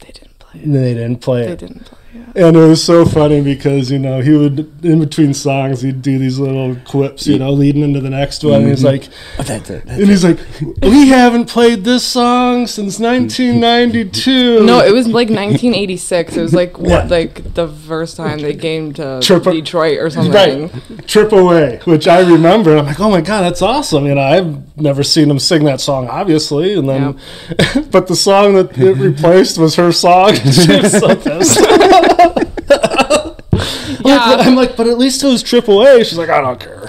[SPEAKER 1] they didn't play it.
[SPEAKER 2] And they didn't play
[SPEAKER 1] They
[SPEAKER 2] it.
[SPEAKER 1] didn't play it.
[SPEAKER 2] And it was so funny because, you know, he would, in between songs, he'd do these little quips, you know, leading into the next one. And he's like,
[SPEAKER 3] Oh, that's it.
[SPEAKER 2] And he's like, "We haven't played this song since 1992."
[SPEAKER 1] No, it was like 1986. It was like
[SPEAKER 2] Yeah.
[SPEAKER 1] like the first time they came to
[SPEAKER 2] Triple-
[SPEAKER 1] Detroit or something.
[SPEAKER 2] right. Trip away, which I remember. I'm like, "Oh my god, that's awesome!" You know, I've never seen him sing that song, obviously. And then, but the song that it replaced was her song. she was like this.
[SPEAKER 1] Yeah.
[SPEAKER 2] I'm like, but at least it was Trip Away. She's like, I don't care.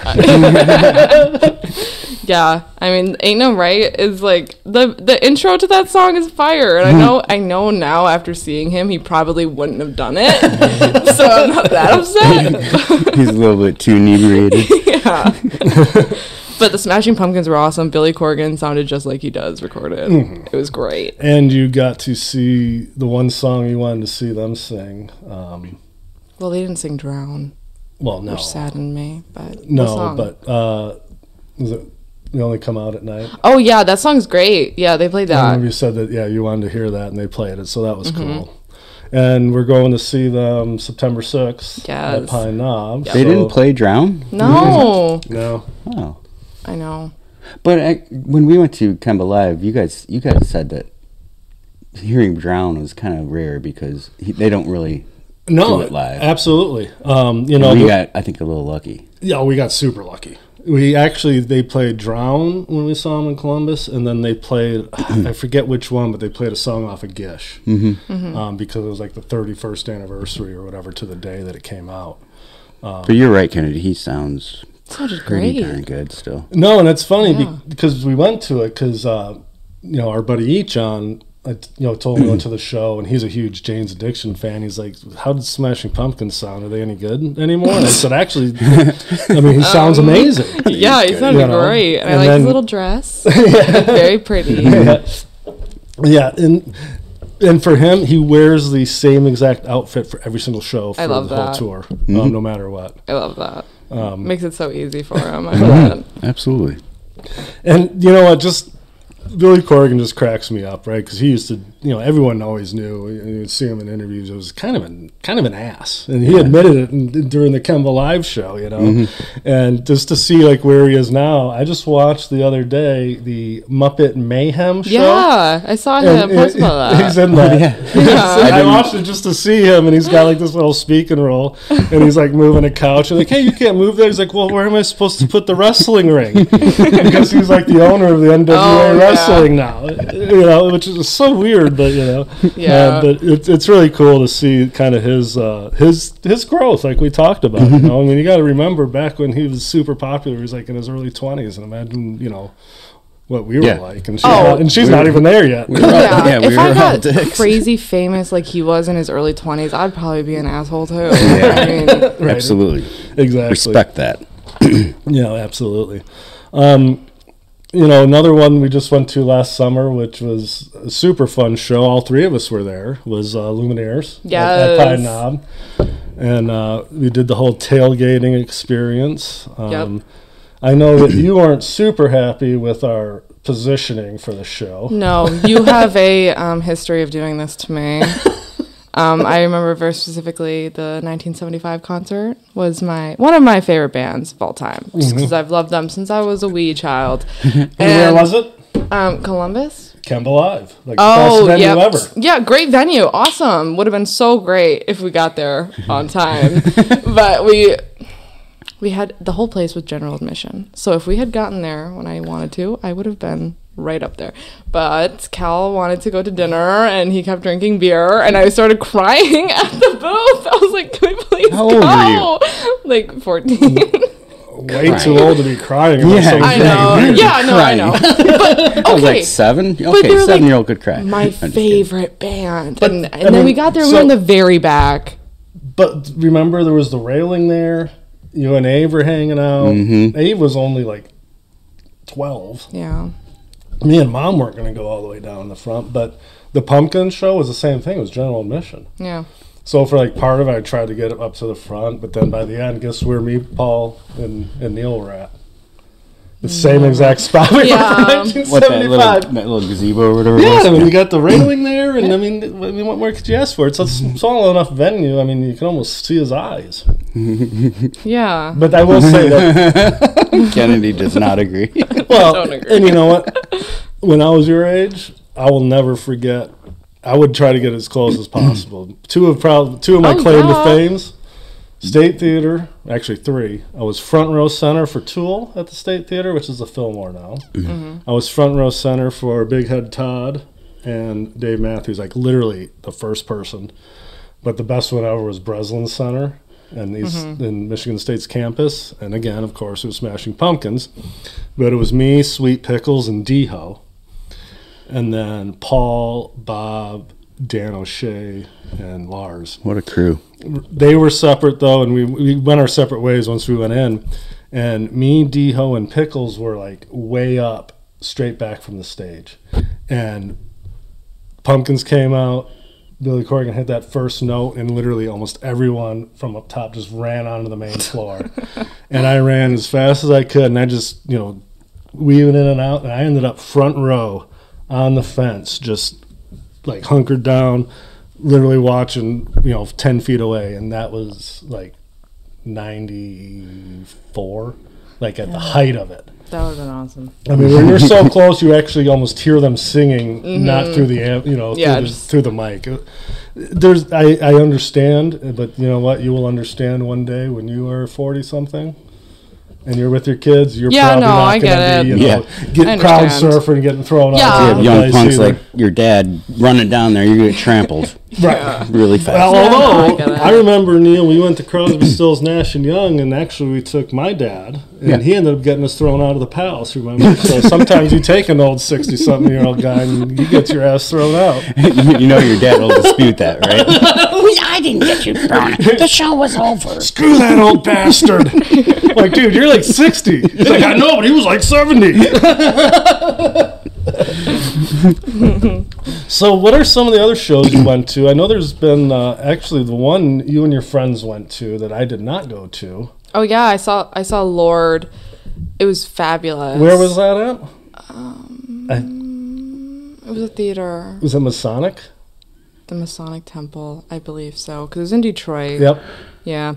[SPEAKER 1] Yeah, I mean, ain't no right is like the the intro to that song is fire, and I
[SPEAKER 2] Mm-hmm.
[SPEAKER 1] know I know now after seeing him, he probably wouldn't have done it, so I'm not that upset.
[SPEAKER 3] He's a little bit too inebriated.
[SPEAKER 1] yeah, But the Smashing Pumpkins were awesome. Billy Corgan sounded just like he does recorded.
[SPEAKER 2] Mm-hmm.
[SPEAKER 1] It was great.
[SPEAKER 2] And you got to see the one song you wanted to see them sing. Um,
[SPEAKER 1] Well, they didn't sing Drown,
[SPEAKER 2] well, no,
[SPEAKER 1] which saddened me. But what
[SPEAKER 2] no,
[SPEAKER 1] song?
[SPEAKER 2] but uh, was it? They only come out at night.
[SPEAKER 1] oh yeah, that song's great. Yeah, they played
[SPEAKER 2] I
[SPEAKER 1] that.
[SPEAKER 2] remember you said that. Yeah, you wanted to hear that, and they played it, so that
[SPEAKER 1] Mm-hmm.
[SPEAKER 2] was cool. And we're going to see them September sixth at
[SPEAKER 1] Yes.
[SPEAKER 2] Pine Knob.
[SPEAKER 3] They didn't
[SPEAKER 2] so-
[SPEAKER 3] play Drown?
[SPEAKER 1] No,
[SPEAKER 2] No,
[SPEAKER 3] Oh.
[SPEAKER 1] I know.
[SPEAKER 3] But I, when we went to Kemba Live, you guys, you guys said that hearing Drown was kind of rare because he, they don't really.
[SPEAKER 2] no,
[SPEAKER 3] Do it live.
[SPEAKER 2] absolutely. Um, you know,
[SPEAKER 3] we
[SPEAKER 2] the-
[SPEAKER 3] got, I think, a little lucky.
[SPEAKER 2] Yeah, we got super lucky. We actually they played Drown when we saw them in Columbus, and then they played I forget which one, but they played a song off of Gish
[SPEAKER 1] Mm-hmm.
[SPEAKER 2] Um, because it was like the 31st anniversary or whatever to the day that it came out.
[SPEAKER 3] but you're right, Kennedy. He sounds
[SPEAKER 1] Sounded Oh.
[SPEAKER 3] pretty
[SPEAKER 1] great.
[SPEAKER 3] darn good still.
[SPEAKER 2] No, and it's funny
[SPEAKER 1] Yeah.
[SPEAKER 2] be- because we went to it because uh, you know our buddy E John, uh, you know, told me we went to the show, and he's a huge Jane's Addiction fan. He's like, "How did Smashing Pumpkins sound? Are they any good anymore?" And I said, "Actually, I mean, he sounds amazing."
[SPEAKER 1] Um, Yeah, he sounded
[SPEAKER 2] You know,
[SPEAKER 1] great. And, I
[SPEAKER 2] and
[SPEAKER 1] like
[SPEAKER 2] then-
[SPEAKER 1] his little dress. Very pretty.
[SPEAKER 2] Yeah, and and for him, he wears the same exact outfit for every single show for
[SPEAKER 1] I love
[SPEAKER 2] the whole
[SPEAKER 1] that.
[SPEAKER 2] tour, um, no matter what.
[SPEAKER 1] I love that.
[SPEAKER 2] Um,
[SPEAKER 1] Makes it so easy for him. I love it.
[SPEAKER 3] Absolutely.
[SPEAKER 2] And you know what? Just Billy Corgan just cracks me up, right? Because he used to, you know, everyone always knew. and You'd see him in interviews. It was kind of an kind of an ass, and he admitted it in, during the Kemba Live show, you know. And just to see like where he is now, I just watched the other day the Muppet Mayhem show.
[SPEAKER 1] Yeah, I saw him
[SPEAKER 2] And
[SPEAKER 1] post
[SPEAKER 2] it-
[SPEAKER 1] about
[SPEAKER 2] He's
[SPEAKER 1] that.
[SPEAKER 2] in that. So
[SPEAKER 1] Yeah.
[SPEAKER 2] I, watched it just to see him, and he's got like this little speaking role, and he's like moving a couch. And like, hey, you can't move there. He's like, well, where am I supposed to put the wrestling ring? because he's like the owner of the NWA
[SPEAKER 1] Oh, yeah.
[SPEAKER 2] wrestling now, you know, which is so weird, but you know, Uh,
[SPEAKER 1] Yeah.
[SPEAKER 2] but it's it's really cool to see kind of his uh, his his growth, like we talked about. You know, I mean, you got to remember back when he was super popular, he was like in his early twenties, and imagine, you know. What we were
[SPEAKER 3] Yeah.
[SPEAKER 2] like, and she's,
[SPEAKER 1] Oh.
[SPEAKER 2] not, and she's not even there yet.
[SPEAKER 1] Yeah.
[SPEAKER 3] Yeah, we
[SPEAKER 1] if
[SPEAKER 3] were
[SPEAKER 1] I
[SPEAKER 3] all
[SPEAKER 1] got
[SPEAKER 3] dicks.
[SPEAKER 1] crazy famous like he was in his early 20s, I'd probably be an asshole too. I mean,
[SPEAKER 2] Right.
[SPEAKER 3] Absolutely.
[SPEAKER 2] Exactly.
[SPEAKER 3] Respect that.
[SPEAKER 2] Yeah, absolutely. Um, you know, another one we just went to last summer, which was a super fun show. All three of us were there. Was uh, Lumineers at- at, Pine
[SPEAKER 1] Yes.
[SPEAKER 2] Knob, and uh, we did the whole tailgating experience. Um, I know that you aren't super happy with our positioning for the show.
[SPEAKER 1] no, you have a um, history of doing this to me. Um, I remember very specifically the 1975 concert was my one of my favorite bands of all time because I've loved them since I was a wee child. and,
[SPEAKER 2] Mm-hmm. And where was it?
[SPEAKER 1] Um, Columbus.
[SPEAKER 2] Kemba Live, like the best
[SPEAKER 1] Oh,
[SPEAKER 2] venue
[SPEAKER 1] yeah.
[SPEAKER 2] ever.
[SPEAKER 1] Yeah, great venue. Awesome. Would have been so great if we got there on time. but we we had the whole place was general admission. So if we had gotten there when I wanted to, I would have been right up there. But Cal wanted to go to dinner and he kept drinking beer and I started crying at the booth. I was like, "Can we please
[SPEAKER 3] How
[SPEAKER 1] go?"
[SPEAKER 3] old were
[SPEAKER 1] Like 14.
[SPEAKER 2] Way too old to be crying. about
[SPEAKER 3] Yeah,
[SPEAKER 2] something
[SPEAKER 1] I
[SPEAKER 3] Dang,
[SPEAKER 1] know.
[SPEAKER 3] you're
[SPEAKER 1] Yeah, no, I
[SPEAKER 3] crying.
[SPEAKER 1] know.
[SPEAKER 3] I was
[SPEAKER 1] Okay.
[SPEAKER 3] like seven.
[SPEAKER 1] they were
[SPEAKER 3] Okay,
[SPEAKER 1] like,
[SPEAKER 3] seven year old could cry.
[SPEAKER 1] My
[SPEAKER 3] I'm just kidding.
[SPEAKER 1] favorite band. And, and then
[SPEAKER 2] mean,
[SPEAKER 1] we got there, we
[SPEAKER 2] so-
[SPEAKER 1] were in the very back.
[SPEAKER 2] But remember, there was the railing there. You and Ave were hanging out. Ave was only like twelve.
[SPEAKER 1] Yeah.
[SPEAKER 2] Me and Mom weren't going to go all the way down the front, but the pumpkin show was the same thing. It was general admission.
[SPEAKER 1] Yeah.
[SPEAKER 2] So for like part of it, I tried to get up to the front, but then by the end, guess where me, Paul, and, and Neil were at. The same exact spot we
[SPEAKER 1] Yeah.
[SPEAKER 2] were in
[SPEAKER 3] What, Mm.
[SPEAKER 2] 1975.
[SPEAKER 3] that little, that little gazebo or whatever
[SPEAKER 2] Yeah, I
[SPEAKER 3] it
[SPEAKER 2] mean, you
[SPEAKER 3] was?
[SPEAKER 2] got the railing there, and I mean, th- I mean, what more could you ask for? It's a small enough venue. I mean, you can almost see his eyes.
[SPEAKER 1] Yeah.
[SPEAKER 2] But I will say that
[SPEAKER 3] Kennedy does not agree.
[SPEAKER 2] Well,
[SPEAKER 1] Don't agree.
[SPEAKER 2] and you know what? When I was your age, I will never forget. I would try to get as close as possible. two of prob- two of my
[SPEAKER 1] Oh,
[SPEAKER 2] claim
[SPEAKER 1] yeah.
[SPEAKER 2] to fames, State Theater. Actually, three. I was front row center for Tool at the State Theater, which is the Fillmore now. I was front row center for Big Head Todd and Dave Matthews. Like literally the first person. But the best one ever was Breslin Center and these in Michigan State's campus. And again, of course, it was Smashing Pumpkins. But it was me, Sweet Pickles, and Deho. And then Paul, Bob, Dan O'Shea and Lars.
[SPEAKER 3] What a crew.
[SPEAKER 2] They were separate though, and we we went our separate ways once we went in. And me, Deho, and Pickles were like way up, straight back from the stage, and Pumpkins came out. Billy Corgan hit that first note, and literally almost everyone from up top just ran onto the main floor. and I ran as fast as I could, and I just, you know, weaving in and out, and I ended up front row on the fence, just like hunkered down, literally watching, you know, 10 feet away. And that was like 94, like at the height of it.
[SPEAKER 1] That would have been awesome.
[SPEAKER 2] I mean, when you're so close, you actually almost hear them singing, not through the am- you know
[SPEAKER 1] Mm-hmm. Yeah,
[SPEAKER 2] through, the,
[SPEAKER 1] just-
[SPEAKER 2] through the mic. Uh, There's I, I understand, but you know what? You will understand one day when you are forty something, and you're with your kids. You're
[SPEAKER 1] Yeah,
[SPEAKER 2] probably
[SPEAKER 1] no,
[SPEAKER 2] not
[SPEAKER 1] I
[SPEAKER 2] gonna
[SPEAKER 1] get
[SPEAKER 2] be,
[SPEAKER 3] it.
[SPEAKER 2] you know,
[SPEAKER 1] I
[SPEAKER 2] get crowd
[SPEAKER 1] understand.
[SPEAKER 2] surfing, getting thrown
[SPEAKER 1] Yeah.
[SPEAKER 2] out.
[SPEAKER 1] You
[SPEAKER 3] You
[SPEAKER 1] have Um,
[SPEAKER 3] have young punks like your dad running down there. You're going to get trampled
[SPEAKER 2] right.
[SPEAKER 3] really fast.
[SPEAKER 2] Well,
[SPEAKER 1] Yeah, I
[SPEAKER 2] although
[SPEAKER 1] get it.
[SPEAKER 2] I remember Neil, we went to Crosby, Stills, Nash and Young, and actually we took my dad, and
[SPEAKER 3] Yeah.
[SPEAKER 2] he ended up getting us thrown out of the palace. Remember? so sometimes you take an old sixty-something-year-old guy, and you get your ass thrown out.
[SPEAKER 3] you know your dad will dispute that, right?
[SPEAKER 4] I didn't get you, Brown. The show was over.
[SPEAKER 2] Screw that old bastard! like, dude, you're like sixty. He's like, I know, but he was like seventy. so, what are some of the other shows you went to? I know there's been uh, actually the one you and your friends went to that I did not go to.
[SPEAKER 1] Oh yeah, I saw I saw Lord. It was fabulous.
[SPEAKER 2] Where was that at?
[SPEAKER 1] Um,
[SPEAKER 2] I,
[SPEAKER 1] Mm, it? was a theater,
[SPEAKER 2] was it Masonic?
[SPEAKER 1] the Masonic Temple, I believe so, because it was in Detroit.
[SPEAKER 2] Yep.
[SPEAKER 1] Yeah.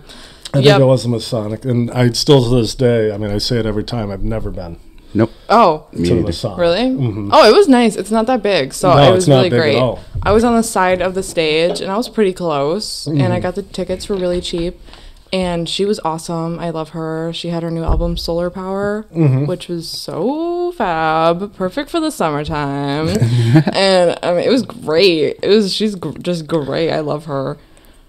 [SPEAKER 2] I think
[SPEAKER 1] Yep.
[SPEAKER 2] it was Masonic. And I still to this day, I mean, I say it every time, I've never been
[SPEAKER 3] Nope.
[SPEAKER 1] Oh,
[SPEAKER 3] Me
[SPEAKER 2] to
[SPEAKER 3] neither.
[SPEAKER 2] Masonic.
[SPEAKER 1] really? Oh, it was nice. It's not that big, so
[SPEAKER 2] Mm-hmm. No,
[SPEAKER 1] it was
[SPEAKER 2] it's not
[SPEAKER 1] really
[SPEAKER 2] big at
[SPEAKER 1] great.
[SPEAKER 2] all.
[SPEAKER 1] I was on the side of the stage, and I was pretty close, and I
[SPEAKER 2] Mm-hmm.
[SPEAKER 1] got the tickets for really cheap. And she was awesome. I love her. She had her new album Solar Power,
[SPEAKER 2] Mm-hmm.
[SPEAKER 1] which was so fab, perfect for the summertime. and I mean, it was great. It was she's gr- just great. I love her.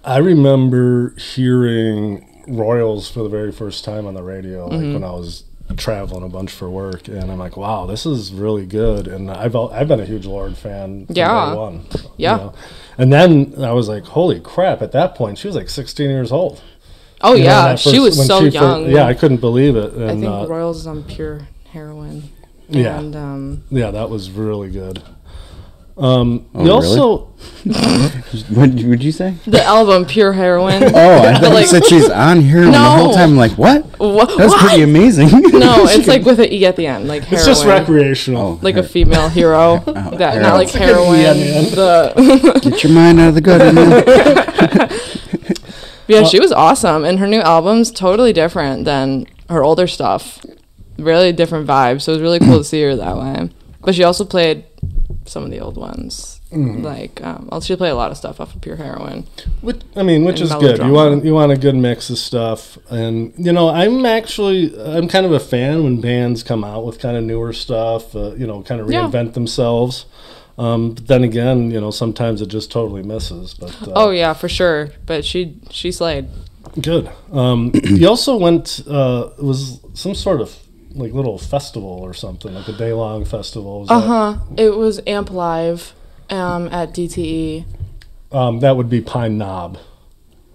[SPEAKER 2] I remember hearing Royals for the very first time on the radio, like
[SPEAKER 1] Mm-hmm.
[SPEAKER 2] when I was traveling a bunch for work, and I'm like, "Wow, this is really good." And I've al- I've been a huge Lord fan. from day
[SPEAKER 1] Yeah.
[SPEAKER 2] one, you
[SPEAKER 1] Yeah.
[SPEAKER 2] know. And then I was like, "Holy crap!" At that point, she was like 16 years old.
[SPEAKER 1] Oh
[SPEAKER 2] You know,
[SPEAKER 1] yeah,
[SPEAKER 2] that
[SPEAKER 1] she
[SPEAKER 2] first-
[SPEAKER 1] was
[SPEAKER 2] when
[SPEAKER 1] so
[SPEAKER 2] she fir-
[SPEAKER 1] young.
[SPEAKER 2] yeah, I couldn't believe it. And,
[SPEAKER 1] I think
[SPEAKER 2] uh,
[SPEAKER 1] Royals is on pure heroin.
[SPEAKER 2] Yeah.
[SPEAKER 1] And um,
[SPEAKER 2] yeah, that was really good. Um,
[SPEAKER 3] Oh,
[SPEAKER 2] you
[SPEAKER 3] really?
[SPEAKER 2] also
[SPEAKER 3] What would you say?
[SPEAKER 1] the album Pure Heroin.
[SPEAKER 3] Oh, I thought
[SPEAKER 1] Like-
[SPEAKER 3] you said she's on here the
[SPEAKER 1] No.
[SPEAKER 3] whole time. I'm like, what?
[SPEAKER 1] Wha-
[SPEAKER 3] That's
[SPEAKER 1] what?
[SPEAKER 3] pretty amazing.
[SPEAKER 1] No, it's like with an E at the end, like heroin.
[SPEAKER 2] it's just
[SPEAKER 3] Oh.
[SPEAKER 2] recreational. Oh,
[SPEAKER 1] like a female hero. that
[SPEAKER 3] heroin.
[SPEAKER 1] not like
[SPEAKER 2] E
[SPEAKER 1] heroin.
[SPEAKER 2] Yeah, man.
[SPEAKER 1] the
[SPEAKER 3] Get your mind out of the gutter, man.
[SPEAKER 1] yeah, she was awesome, and her new album's totally different than her older stuff. Really different vibe. So it was really cool to see her that way. But she also played some of the old ones.
[SPEAKER 2] Mm.
[SPEAKER 1] Like, um, well, she played a lot of stuff off of Pure Heroin.
[SPEAKER 2] Which I mean, which
[SPEAKER 1] And
[SPEAKER 2] is good. You
[SPEAKER 1] melodrama.
[SPEAKER 2] want you want a good mix of stuff, and you know, I'm actually I'm kind of a fan when bands come out with kind of newer stuff. Uh, you know, kind of
[SPEAKER 1] Yeah.
[SPEAKER 2] reinvent themselves. Um, but then again, you know, sometimes it just totally misses. But uh,
[SPEAKER 1] Oh yeah, for sure. But she she slayed.
[SPEAKER 2] good. Um, you also went uh, it was some sort of like little festival or something, like a day long festival. Was that-
[SPEAKER 1] Uh huh. It was Amp Live, um, at DTE.
[SPEAKER 2] Um, that would be Pine Knob.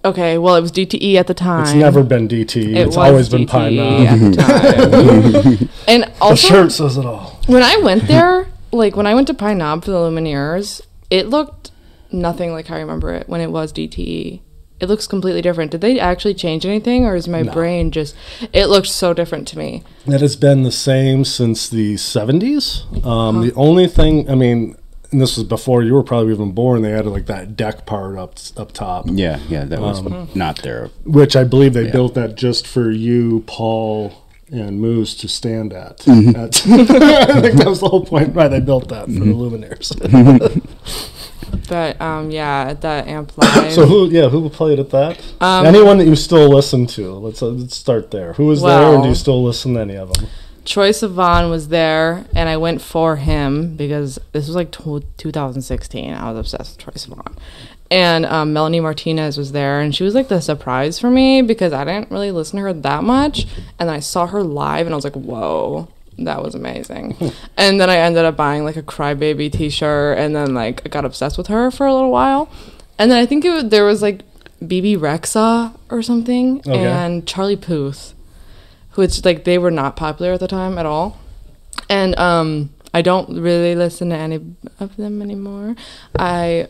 [SPEAKER 1] Okay, well it was DTE at the time.
[SPEAKER 2] It's never been DT.
[SPEAKER 1] It
[SPEAKER 2] it's
[SPEAKER 1] was
[SPEAKER 2] always been Pine
[SPEAKER 1] DTE
[SPEAKER 2] Knob.
[SPEAKER 1] at the time. and
[SPEAKER 2] The
[SPEAKER 1] also,
[SPEAKER 2] shirt says it all.
[SPEAKER 1] when I went there, like when I went to Pine Knob for the Lumineers, it looked nothing like how I remember it when it was DTE. It looks completely different. Did they actually change anything, or is my brain just? It looked so different to me.
[SPEAKER 2] That has been the same since the 70s. Um,
[SPEAKER 1] Uh-huh.
[SPEAKER 2] The only thing, I mean, and this was before you were probably even born, they added like that deck part up up top,
[SPEAKER 3] yeah, yeah, that was not there.
[SPEAKER 2] which I believe they built that just for you, Paul, and Moose to stand at. That's- I think that was the whole point why they built that for the Luminaires.
[SPEAKER 1] But um, yeah, at that amp live.
[SPEAKER 2] so who, yeah, who played at that?
[SPEAKER 1] Um,
[SPEAKER 2] Anyone that you still listen to? Let's, uh, let's start there. Who was there, and do
[SPEAKER 1] Well-
[SPEAKER 2] you still listen to any of them?
[SPEAKER 1] Troy Sivan was there, and I went for him because this was like tw 2016. I was obsessed with Troy Sivan. And um, Melanie Martinez was there, and she was like the surprise for me because I didn't really listen to her that much. And then I saw her live, and I was like, whoa, that was amazing. and then I ended up buying like a crybaby T-shirt, and then like I got obsessed with her for a little while. And then I think it was, there was like BB Rexa or something,
[SPEAKER 2] Okay.
[SPEAKER 1] and Charlie Puth, which like they were not popular at the time at all. And um, I don't really listen to any of them anymore. I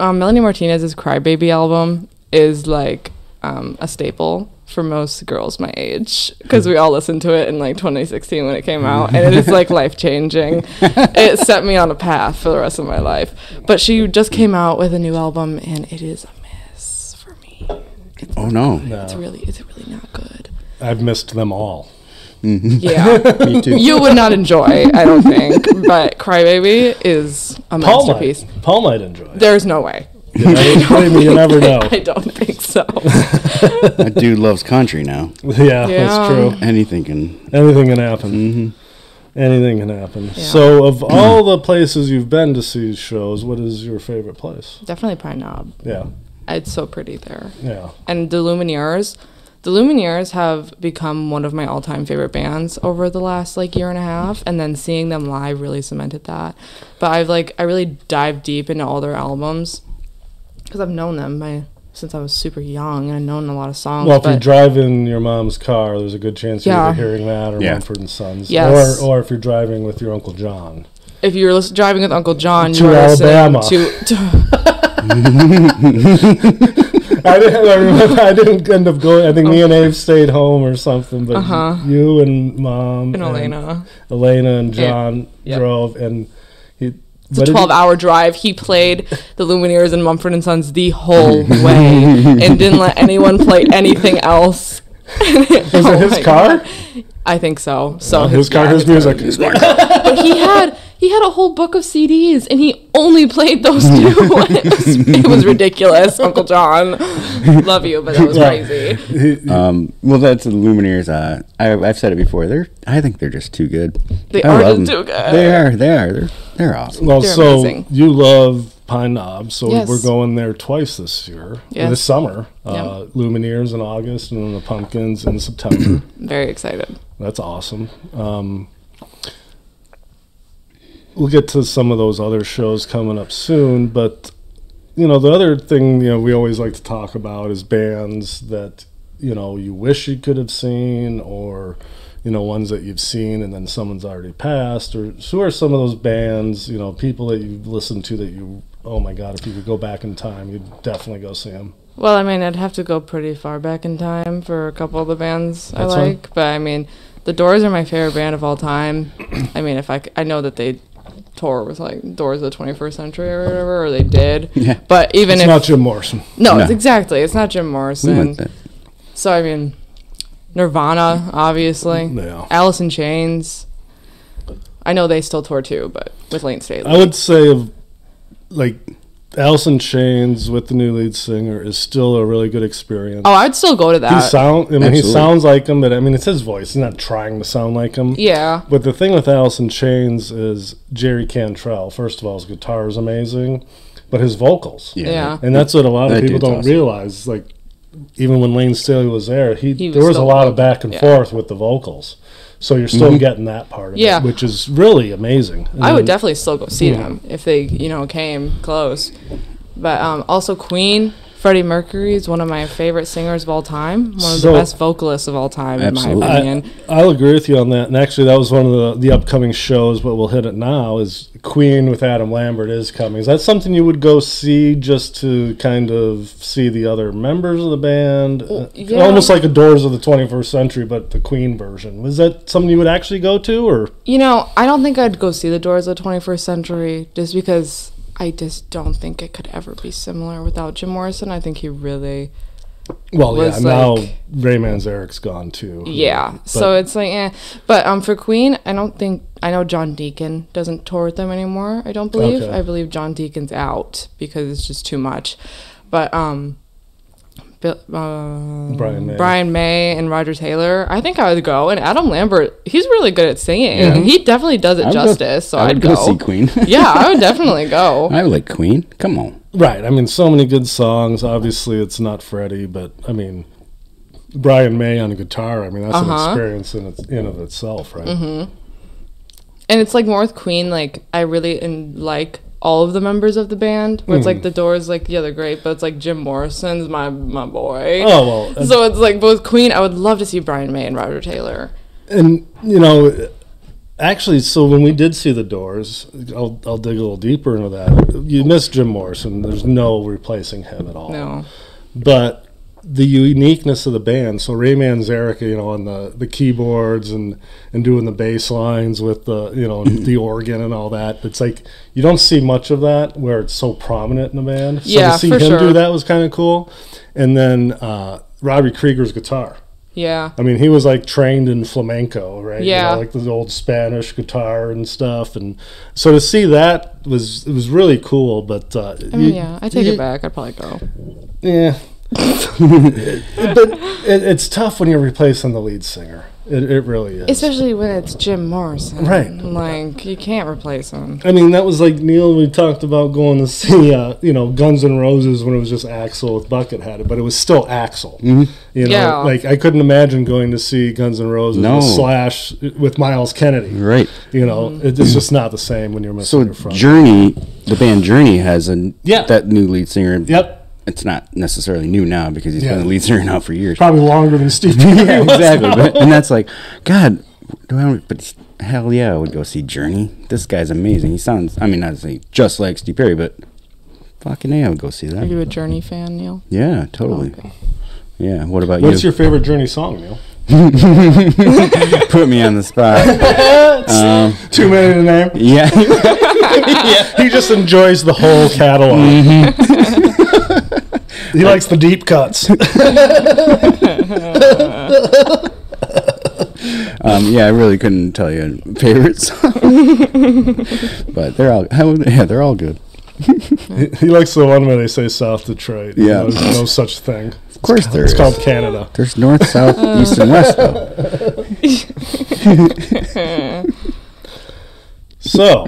[SPEAKER 1] um, Melanie Martinez's Crybaby album is like um, a staple for most girls my age because we all listened to it in like 2016 when it came out, and it is like life changing. it set me on a path for the rest of my life. But she just came out with a new album, and it is a miss for me.
[SPEAKER 3] Oh no,
[SPEAKER 1] It's really, it's really not good.
[SPEAKER 2] I've missed them all.
[SPEAKER 1] Yeah,
[SPEAKER 3] me too.
[SPEAKER 1] you would not enjoy, I don't think. But Crybaby is a
[SPEAKER 2] Paul
[SPEAKER 1] masterpiece.
[SPEAKER 2] might. Paul might enjoy. it.
[SPEAKER 1] There's no way.
[SPEAKER 2] I mean, believe me, you never know.
[SPEAKER 1] I don't think so.
[SPEAKER 3] that dude loves country now.
[SPEAKER 2] Yeah, that's
[SPEAKER 1] Yeah. Mm-hmm.
[SPEAKER 2] true.
[SPEAKER 3] Anything can.
[SPEAKER 2] Anything can happen. Anything can happen.
[SPEAKER 1] Yeah.
[SPEAKER 2] So, of all the places you've been to see shows, what is your favorite place?
[SPEAKER 1] Definitely Pine Knob.
[SPEAKER 2] Yeah,
[SPEAKER 1] It's so pretty there.
[SPEAKER 2] yeah.
[SPEAKER 1] and the Lumineers. The Lumineers have become one of my all-time favorite bands over the last like year and a half, and then seeing them live really cemented that. But I've like I really dive deep into all their albums because I've known them my, since I was super young, and I've known a lot of songs.
[SPEAKER 2] Well, if you
[SPEAKER 1] but
[SPEAKER 2] drive in your mom's car, there's a good chance you're
[SPEAKER 1] Yeah.
[SPEAKER 2] either hearing that or
[SPEAKER 3] Yeah.
[SPEAKER 2] Mumford and Sons.
[SPEAKER 1] Yes.
[SPEAKER 2] Or, or if you're driving with your Uncle John.
[SPEAKER 1] if you're lis- driving with Uncle John,
[SPEAKER 2] To
[SPEAKER 1] you're
[SPEAKER 2] Alabama.
[SPEAKER 1] to, to
[SPEAKER 2] I didn't. I remember. I didn't end up going. I think me and Abe stayed home or something. But you and mom
[SPEAKER 1] Uh-huh. and Elena.
[SPEAKER 2] Elena and John
[SPEAKER 1] yeah.
[SPEAKER 2] drove, and he.
[SPEAKER 1] It's a 12 hour drive. He played the Lumineers and Mumford and Sons the whole way and didn't let anyone play anything else. Oh
[SPEAKER 2] Was it his car? Uh,
[SPEAKER 1] I think so. So
[SPEAKER 2] Oh, His car,
[SPEAKER 1] yeah,
[SPEAKER 2] his music.
[SPEAKER 1] But he had he had a whole book of CDs and he only played those two. it, was, it was ridiculous, Uncle John. Love you, but that was
[SPEAKER 2] Yeah.
[SPEAKER 1] crazy.
[SPEAKER 3] Um, well, that's the Lumineers. Uh, I, I've said it before. They're. I think they're just too good.
[SPEAKER 1] They
[SPEAKER 3] I
[SPEAKER 1] are
[SPEAKER 3] love
[SPEAKER 1] just too
[SPEAKER 3] them.
[SPEAKER 1] good.
[SPEAKER 3] They are. They are. They're. They're awesome.
[SPEAKER 2] Well,
[SPEAKER 1] They're
[SPEAKER 2] so
[SPEAKER 1] amazing.
[SPEAKER 2] you love Pine Knob, so
[SPEAKER 1] Yes.
[SPEAKER 2] we're going there twice this year, or
[SPEAKER 1] Yes.
[SPEAKER 2] this summer. Uh, Lumineers in August, and then the Pumpkins in September.
[SPEAKER 1] I'm very excited.
[SPEAKER 2] That's awesome. Um, we'll get to some of those other shows coming up soon, but you know the other thing you know we always like to talk about is bands that you know you wish you could have seen or you know ones that you've seen and then someone's already passed or so who are some of those bands you know people that you've listened to that you oh my god if you could go back in time you'd definitely go see them
[SPEAKER 1] Well, I mean, I'd have to go pretty far back in time for a couple of the bands
[SPEAKER 2] That's
[SPEAKER 1] I
[SPEAKER 2] fine.
[SPEAKER 1] like, but I mean, the Doors are my favorite band of all time. I mean, if I c- I know that they tour with like Doors of the 21st Century or whatever, or they did.
[SPEAKER 3] Yeah.
[SPEAKER 1] But even
[SPEAKER 2] it's
[SPEAKER 1] if
[SPEAKER 2] not Jim Morrison
[SPEAKER 1] no, it's
[SPEAKER 3] No.
[SPEAKER 1] exactly it's not Jim
[SPEAKER 3] We
[SPEAKER 1] Morrison.
[SPEAKER 3] went there.
[SPEAKER 1] So I mean, Nirvana, obviously.
[SPEAKER 2] Yeah.
[SPEAKER 1] Alice in Chains. I know they still tour too, but with Lane Staley.
[SPEAKER 2] I would say of like Allison Chains with the new lead singer is still a really good experience.
[SPEAKER 1] Oh, I'd still go to
[SPEAKER 2] he
[SPEAKER 1] that.
[SPEAKER 2] sound I mean he
[SPEAKER 3] Absolutely.
[SPEAKER 2] sounds like him, but I mean it's his voice. He's not trying to sound like him.
[SPEAKER 1] Yeah.
[SPEAKER 2] But the thing with Allison Chains is Jerry Cantrell. First of all, his guitar is amazing, but his vocals.
[SPEAKER 3] Yeah.
[SPEAKER 1] Yeah.
[SPEAKER 2] And that's what a lot of
[SPEAKER 3] That
[SPEAKER 2] people
[SPEAKER 3] dude's
[SPEAKER 2] don't
[SPEAKER 3] awesome.
[SPEAKER 2] realize. Like even when Lane Staley was there, he,
[SPEAKER 1] He was
[SPEAKER 2] there was a
[SPEAKER 1] still
[SPEAKER 2] lot of
[SPEAKER 1] vocal-
[SPEAKER 2] back and
[SPEAKER 1] yeah. Mm-hmm.
[SPEAKER 2] forth with the vocals. So you're still getting that part of
[SPEAKER 1] Yeah.
[SPEAKER 2] it, which is really amazing. And
[SPEAKER 1] I would
[SPEAKER 2] then-
[SPEAKER 1] definitely still go see them if they, you know, came close. But um, also Queen, Freddie Mercury is one of my favorite singers of all time, one of
[SPEAKER 2] So-
[SPEAKER 1] the best vocalists of all time, in
[SPEAKER 3] Absolutely.
[SPEAKER 1] my
[SPEAKER 2] I-
[SPEAKER 1] opinion.
[SPEAKER 2] I'll agree with you on that. And actually, that was one of the, the upcoming shows, but we'll hit it now, is Queen with Adam Lambert is coming. Is that something you would go see just to kind of see the other members of the band? Uh,
[SPEAKER 1] yeah.
[SPEAKER 2] Almost like a Doors of the 21st Century, but the Queen version. Was that something you would actually go to? Or
[SPEAKER 1] You know, I don't think I'd go see the Doors of the 21st Century just because I just don't think it could ever be similar without Jim Morrison. I think he really,
[SPEAKER 2] Well, yeah,
[SPEAKER 1] Was
[SPEAKER 2] now
[SPEAKER 1] like-
[SPEAKER 2] Ray Manzarek's gone too.
[SPEAKER 1] yeah. so it's like, eh. But um, for Queen, I don't think I know John Deacon doesn't tour with them anymore. I don't believe.
[SPEAKER 2] Okay.
[SPEAKER 1] I believe John Deacon's out because it's just too much. But um, Bill, uh,
[SPEAKER 2] Brian May.
[SPEAKER 1] Brian May and Roger Taylor. I think I would go. And Adam Lambert, he's really good at singing. He definitely does it
[SPEAKER 3] I would go-
[SPEAKER 1] justice. so
[SPEAKER 3] I would
[SPEAKER 1] I'd
[SPEAKER 3] go,
[SPEAKER 1] go.
[SPEAKER 3] see Queen.
[SPEAKER 1] yeah, I would definitely go.
[SPEAKER 3] I like Queen. Come on.
[SPEAKER 2] Right. I mean, so many good songs. Obviously, it's not Freddie, but I mean, Brian May on guitar. I mean, that's an
[SPEAKER 1] Uh-huh. Mm-hmm.
[SPEAKER 2] experience in, its, in of itself, right?
[SPEAKER 1] and it's like more with Queen. Like I really and like all of the members of the band. Where it's like the Doors, like yeah, they're great, but it's like Jim Morrison's my my boy.
[SPEAKER 2] Oh, well,
[SPEAKER 1] so it's like both Queen. I would love to see Brian May and Roger Taylor.
[SPEAKER 2] and you know actually so when we did see the doors i'll, I'll dig a little deeper into that you miss jim morrison there's no replacing him at all
[SPEAKER 1] No,
[SPEAKER 2] but the uniqueness of the band so ray manzarek you know on the, the keyboards and and doing the bass lines with the you know the organ and all that it's like you don't see much of that where it's so prominent in the band so
[SPEAKER 1] Yeah,
[SPEAKER 2] to see
[SPEAKER 1] for
[SPEAKER 2] him do
[SPEAKER 1] sure.
[SPEAKER 2] that was kind of cool and then uh, robbie krieger's guitar
[SPEAKER 1] yeah,
[SPEAKER 2] I mean, he was like trained in flamenco, right? You know,
[SPEAKER 1] Yeah.
[SPEAKER 2] like the old Spanish guitar and stuff, and so to see that was it was really cool. But uh,
[SPEAKER 1] I mean, yeah. I take it back. I'd probably go.
[SPEAKER 2] Yeah, but it, it's tough when you're replacing the lead singer. It, it really is.
[SPEAKER 1] Especially when it's Jim Morrison.
[SPEAKER 2] Right.
[SPEAKER 1] Like, you can't replace him.
[SPEAKER 2] I mean, that was like Neil. We talked about going to see, uh, you know, Guns N' Roses when it was just Axel with Buckethead, but it was still Axel. You know,
[SPEAKER 1] Yeah.
[SPEAKER 2] like I couldn't imagine going to see Guns N' Roses
[SPEAKER 3] No.
[SPEAKER 2] with Slash with Miles Kennedy.
[SPEAKER 3] Right.
[SPEAKER 2] You know, it, it's just not the same when you're missing
[SPEAKER 3] So
[SPEAKER 2] your front.
[SPEAKER 3] Journey, the band Journey has a
[SPEAKER 2] Yeah.
[SPEAKER 3] that new lead singer.
[SPEAKER 2] yep.
[SPEAKER 3] It's not necessarily new now because he's
[SPEAKER 2] Yeah.
[SPEAKER 3] been the lead singer now for years.
[SPEAKER 2] Probably longer than Steve.
[SPEAKER 3] yeah, exactly. But, and that's like, God, do I, but hell yeah, I would go see Journey. This guy's amazing. He sounds, I mean, not to say just like Steve Perry, but fucking A, I would go see
[SPEAKER 1] Are
[SPEAKER 3] that.
[SPEAKER 1] you a Journey fan, Neil?
[SPEAKER 3] Yeah, totally.
[SPEAKER 1] Mm-hmm. Okay.
[SPEAKER 3] Yeah. What about
[SPEAKER 2] What's
[SPEAKER 3] you?
[SPEAKER 2] your favorite Journey song, Neil?
[SPEAKER 3] Put me on the spot.
[SPEAKER 2] Too many to name.
[SPEAKER 3] yeah.
[SPEAKER 2] He just enjoys the whole catalog. Mm-hmm. he likes the deep cuts.
[SPEAKER 3] Um, yeah, I really couldn't tell you a favorite song. but they're all, I would- yeah, they're all good.
[SPEAKER 2] He, he likes the one where they say South Detroit. You
[SPEAKER 3] Yeah.
[SPEAKER 2] know, There's no such thing.
[SPEAKER 3] Of course there
[SPEAKER 2] It's
[SPEAKER 3] is.
[SPEAKER 2] called Canada.
[SPEAKER 3] There's north, south, east, and west, though.
[SPEAKER 2] So,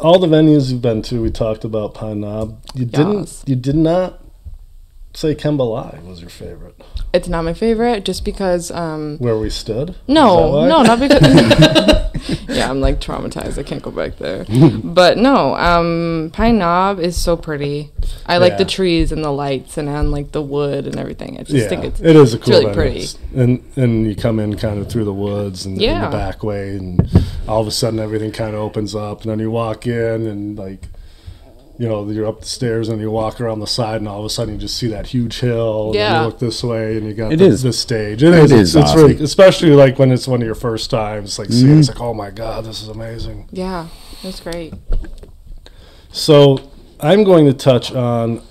[SPEAKER 2] all the venues you've been to, we talked about Pine Knob. You
[SPEAKER 1] Yes.
[SPEAKER 2] didn't. You did not say Kemba Lai was your favorite.
[SPEAKER 1] It's not my favorite, just because, um...
[SPEAKER 2] Where we stood. Is that
[SPEAKER 1] No,
[SPEAKER 2] why?
[SPEAKER 1] no, not because... yeah, I'm, like, traumatized. I can't go back there. but, no, um... Pine Knob is so pretty. I like the
[SPEAKER 2] Yeah.
[SPEAKER 1] trees and the lights and, and, like, the wood and everything. I just
[SPEAKER 2] Yeah,
[SPEAKER 1] think it's...
[SPEAKER 2] it is a cool
[SPEAKER 1] really
[SPEAKER 2] venue.
[SPEAKER 1] pretty.
[SPEAKER 2] It's- And and you come in kind of through the woods and in
[SPEAKER 1] Yeah.
[SPEAKER 2] the back way, and all of a sudden everything kind of opens up, and then you walk in and like. You know, you're up the stairs and you walk around the side, and all of a sudden you just see that huge hill. and then
[SPEAKER 1] Yeah.
[SPEAKER 2] you look this way, and you got
[SPEAKER 3] It
[SPEAKER 2] the,
[SPEAKER 3] is.
[SPEAKER 2] the stage. It
[SPEAKER 3] It
[SPEAKER 2] is. It's,
[SPEAKER 3] is
[SPEAKER 2] it's
[SPEAKER 3] awesome. Mm-hmm.
[SPEAKER 2] really, especially like when it's one of your first times, like seeing. It's like, oh my god, this is amazing.
[SPEAKER 1] Yeah, it's great.
[SPEAKER 2] So I'm going to touch on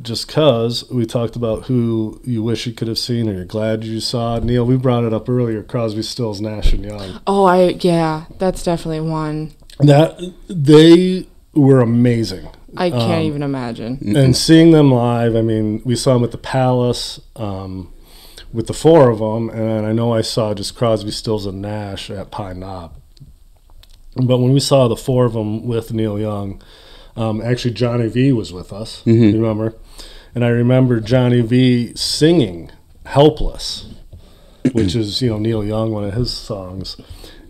[SPEAKER 2] just because we talked about who you wish you could have seen or you're glad you saw. Neil, we brought it up earlier Crosby, Stills, Nash, and Young.
[SPEAKER 1] Oh, I... Yeah, that's definitely one.
[SPEAKER 2] That they were amazing.
[SPEAKER 1] I
[SPEAKER 2] Um,
[SPEAKER 1] can't even imagine.
[SPEAKER 2] And seeing them live, I mean, we saw them at the Palace um, with the four of them, and I know I saw just Crosby, Stills, and Nash at Pine Knob. But when we saw the four of them with Neil Young, um, actually Johnny V was with us. You remember? And I remember Johnny V singing "Helpless," which is you know Neil Young, one of his songs.